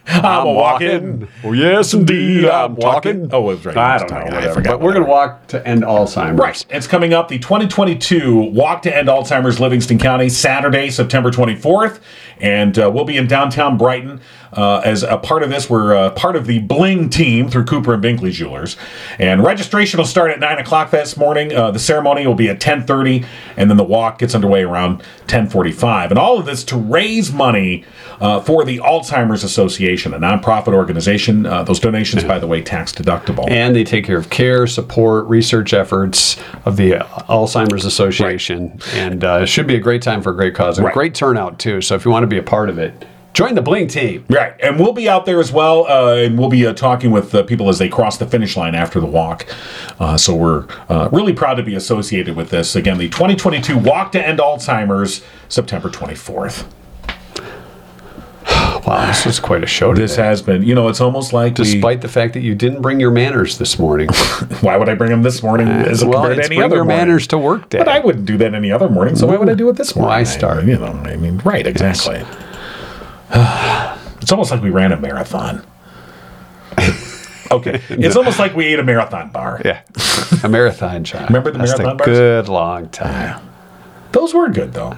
[SPEAKER 3] I'm, a walking.
[SPEAKER 4] Oh yes, indeed, I'm talking.
[SPEAKER 3] Oh, it was right.
[SPEAKER 4] I
[SPEAKER 3] It was
[SPEAKER 4] don't know.
[SPEAKER 3] talking. I
[SPEAKER 4] whatever.
[SPEAKER 3] forgot
[SPEAKER 4] But we're
[SPEAKER 3] what
[SPEAKER 4] gonna walk to end Alzheimer's.
[SPEAKER 3] Right. It's coming up the 2022 Walk to End Alzheimer's Livingston County, Saturday, September 24th. And uh, we'll be in downtown Brighton. Uh, as a part of this, we're uh, part of the Bling team through Cooper and Binkley Jewelers. And registration will start at 9 o'clock this morning. Uh, the ceremony will be at 10.30, and then the walk gets underway around 10.45. And all of this to raise money uh, for the Alzheimer's Association, a nonprofit organization. Uh, those donations, by the way, tax deductible.
[SPEAKER 4] and they take care of care, support, research efforts of the Alzheimer's Association, and uh, it should be a great time for a great cause and
[SPEAKER 3] Right.
[SPEAKER 4] a great turnout too. So if you want to be a part of it, join the Bling team.
[SPEAKER 3] Right, and we'll be out there as well, uh, and we'll be uh, talking with uh, people as they cross the finish line after the walk. Uh, so we're uh, really proud to be associated with this. Again, the 2022 Walk to End Alzheimer's, September 24th.
[SPEAKER 4] Wow, this was quite a show today.
[SPEAKER 3] This has been, you know, it's almost like we-
[SPEAKER 4] Despite the fact that you didn't bring your manners
[SPEAKER 3] [laughs]
[SPEAKER 4] this morning,
[SPEAKER 3] why would I bring them this morning as
[SPEAKER 4] Uh, well,
[SPEAKER 3] compared to
[SPEAKER 4] it's
[SPEAKER 3] any
[SPEAKER 4] bring
[SPEAKER 3] other
[SPEAKER 4] your
[SPEAKER 3] morning?
[SPEAKER 4] manners to work day.
[SPEAKER 3] But I wouldn't do that any other morning, so why would I do it this morning?
[SPEAKER 4] Why start?
[SPEAKER 3] I, you know, I mean, right, exactly. [sighs] it's almost like we ran a
[SPEAKER 4] [laughs]
[SPEAKER 3] marathon. okay, it's almost like we ate a marathon bar.
[SPEAKER 4] yeah, a marathon, John.
[SPEAKER 3] Remember the
[SPEAKER 4] That's
[SPEAKER 3] marathon
[SPEAKER 4] a
[SPEAKER 3] bars?
[SPEAKER 4] good long time.
[SPEAKER 3] Those were good though.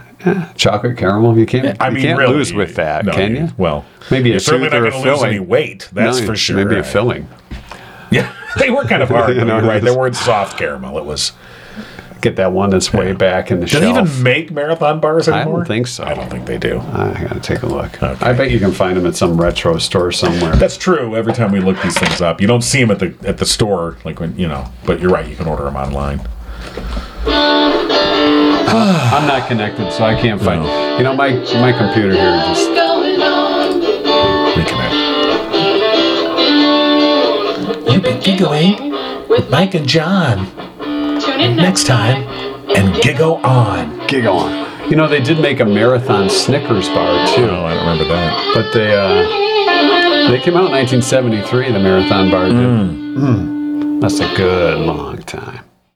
[SPEAKER 4] Chocolate caramel, you can't.
[SPEAKER 3] I
[SPEAKER 4] you
[SPEAKER 3] mean,
[SPEAKER 4] can't
[SPEAKER 3] really,
[SPEAKER 4] lose with that,
[SPEAKER 3] no,
[SPEAKER 4] can you?
[SPEAKER 3] Well,
[SPEAKER 4] Maybe a
[SPEAKER 3] you're certainly not
[SPEAKER 4] tooth or a
[SPEAKER 3] going to lose any
[SPEAKER 4] filling.
[SPEAKER 3] weight. That's
[SPEAKER 4] No,
[SPEAKER 3] for sure.
[SPEAKER 4] Maybe
[SPEAKER 3] I-
[SPEAKER 4] a filling.
[SPEAKER 3] [laughs] Yeah, they were
[SPEAKER 4] [laughs]
[SPEAKER 3] kind of hard.
[SPEAKER 4] You know,
[SPEAKER 3] though, right? They
[SPEAKER 4] that's-
[SPEAKER 3] weren't soft caramel. It was.
[SPEAKER 4] Get that one that's way back in the
[SPEAKER 3] Do
[SPEAKER 4] shelf.
[SPEAKER 3] they even make marathon bars
[SPEAKER 4] I
[SPEAKER 3] anymore?
[SPEAKER 4] don't think so.
[SPEAKER 3] I don't think they do.
[SPEAKER 4] I gotta take a look.
[SPEAKER 3] Okay.
[SPEAKER 4] I bet you can find them at some retro store somewhere.
[SPEAKER 3] That's true. Every time we look these things up, you don't see them at the at the store, like when you know. But you're right. You can order them online.
[SPEAKER 4] I'm not connected, so I can't find.
[SPEAKER 3] No.
[SPEAKER 4] You know, my my computer here just
[SPEAKER 1] going on.
[SPEAKER 3] Reconnect. You've been giggling with Mike and John.
[SPEAKER 2] Tune in next time.
[SPEAKER 3] and giggle on.
[SPEAKER 4] giggle on. You know, they did make a marathon Snickers bar too,
[SPEAKER 3] No, I don't remember that.
[SPEAKER 4] but they uh, they
[SPEAKER 3] Hmm.
[SPEAKER 4] came out in 1973. The marathon bar did. Mm. That's a Hmm. good long time.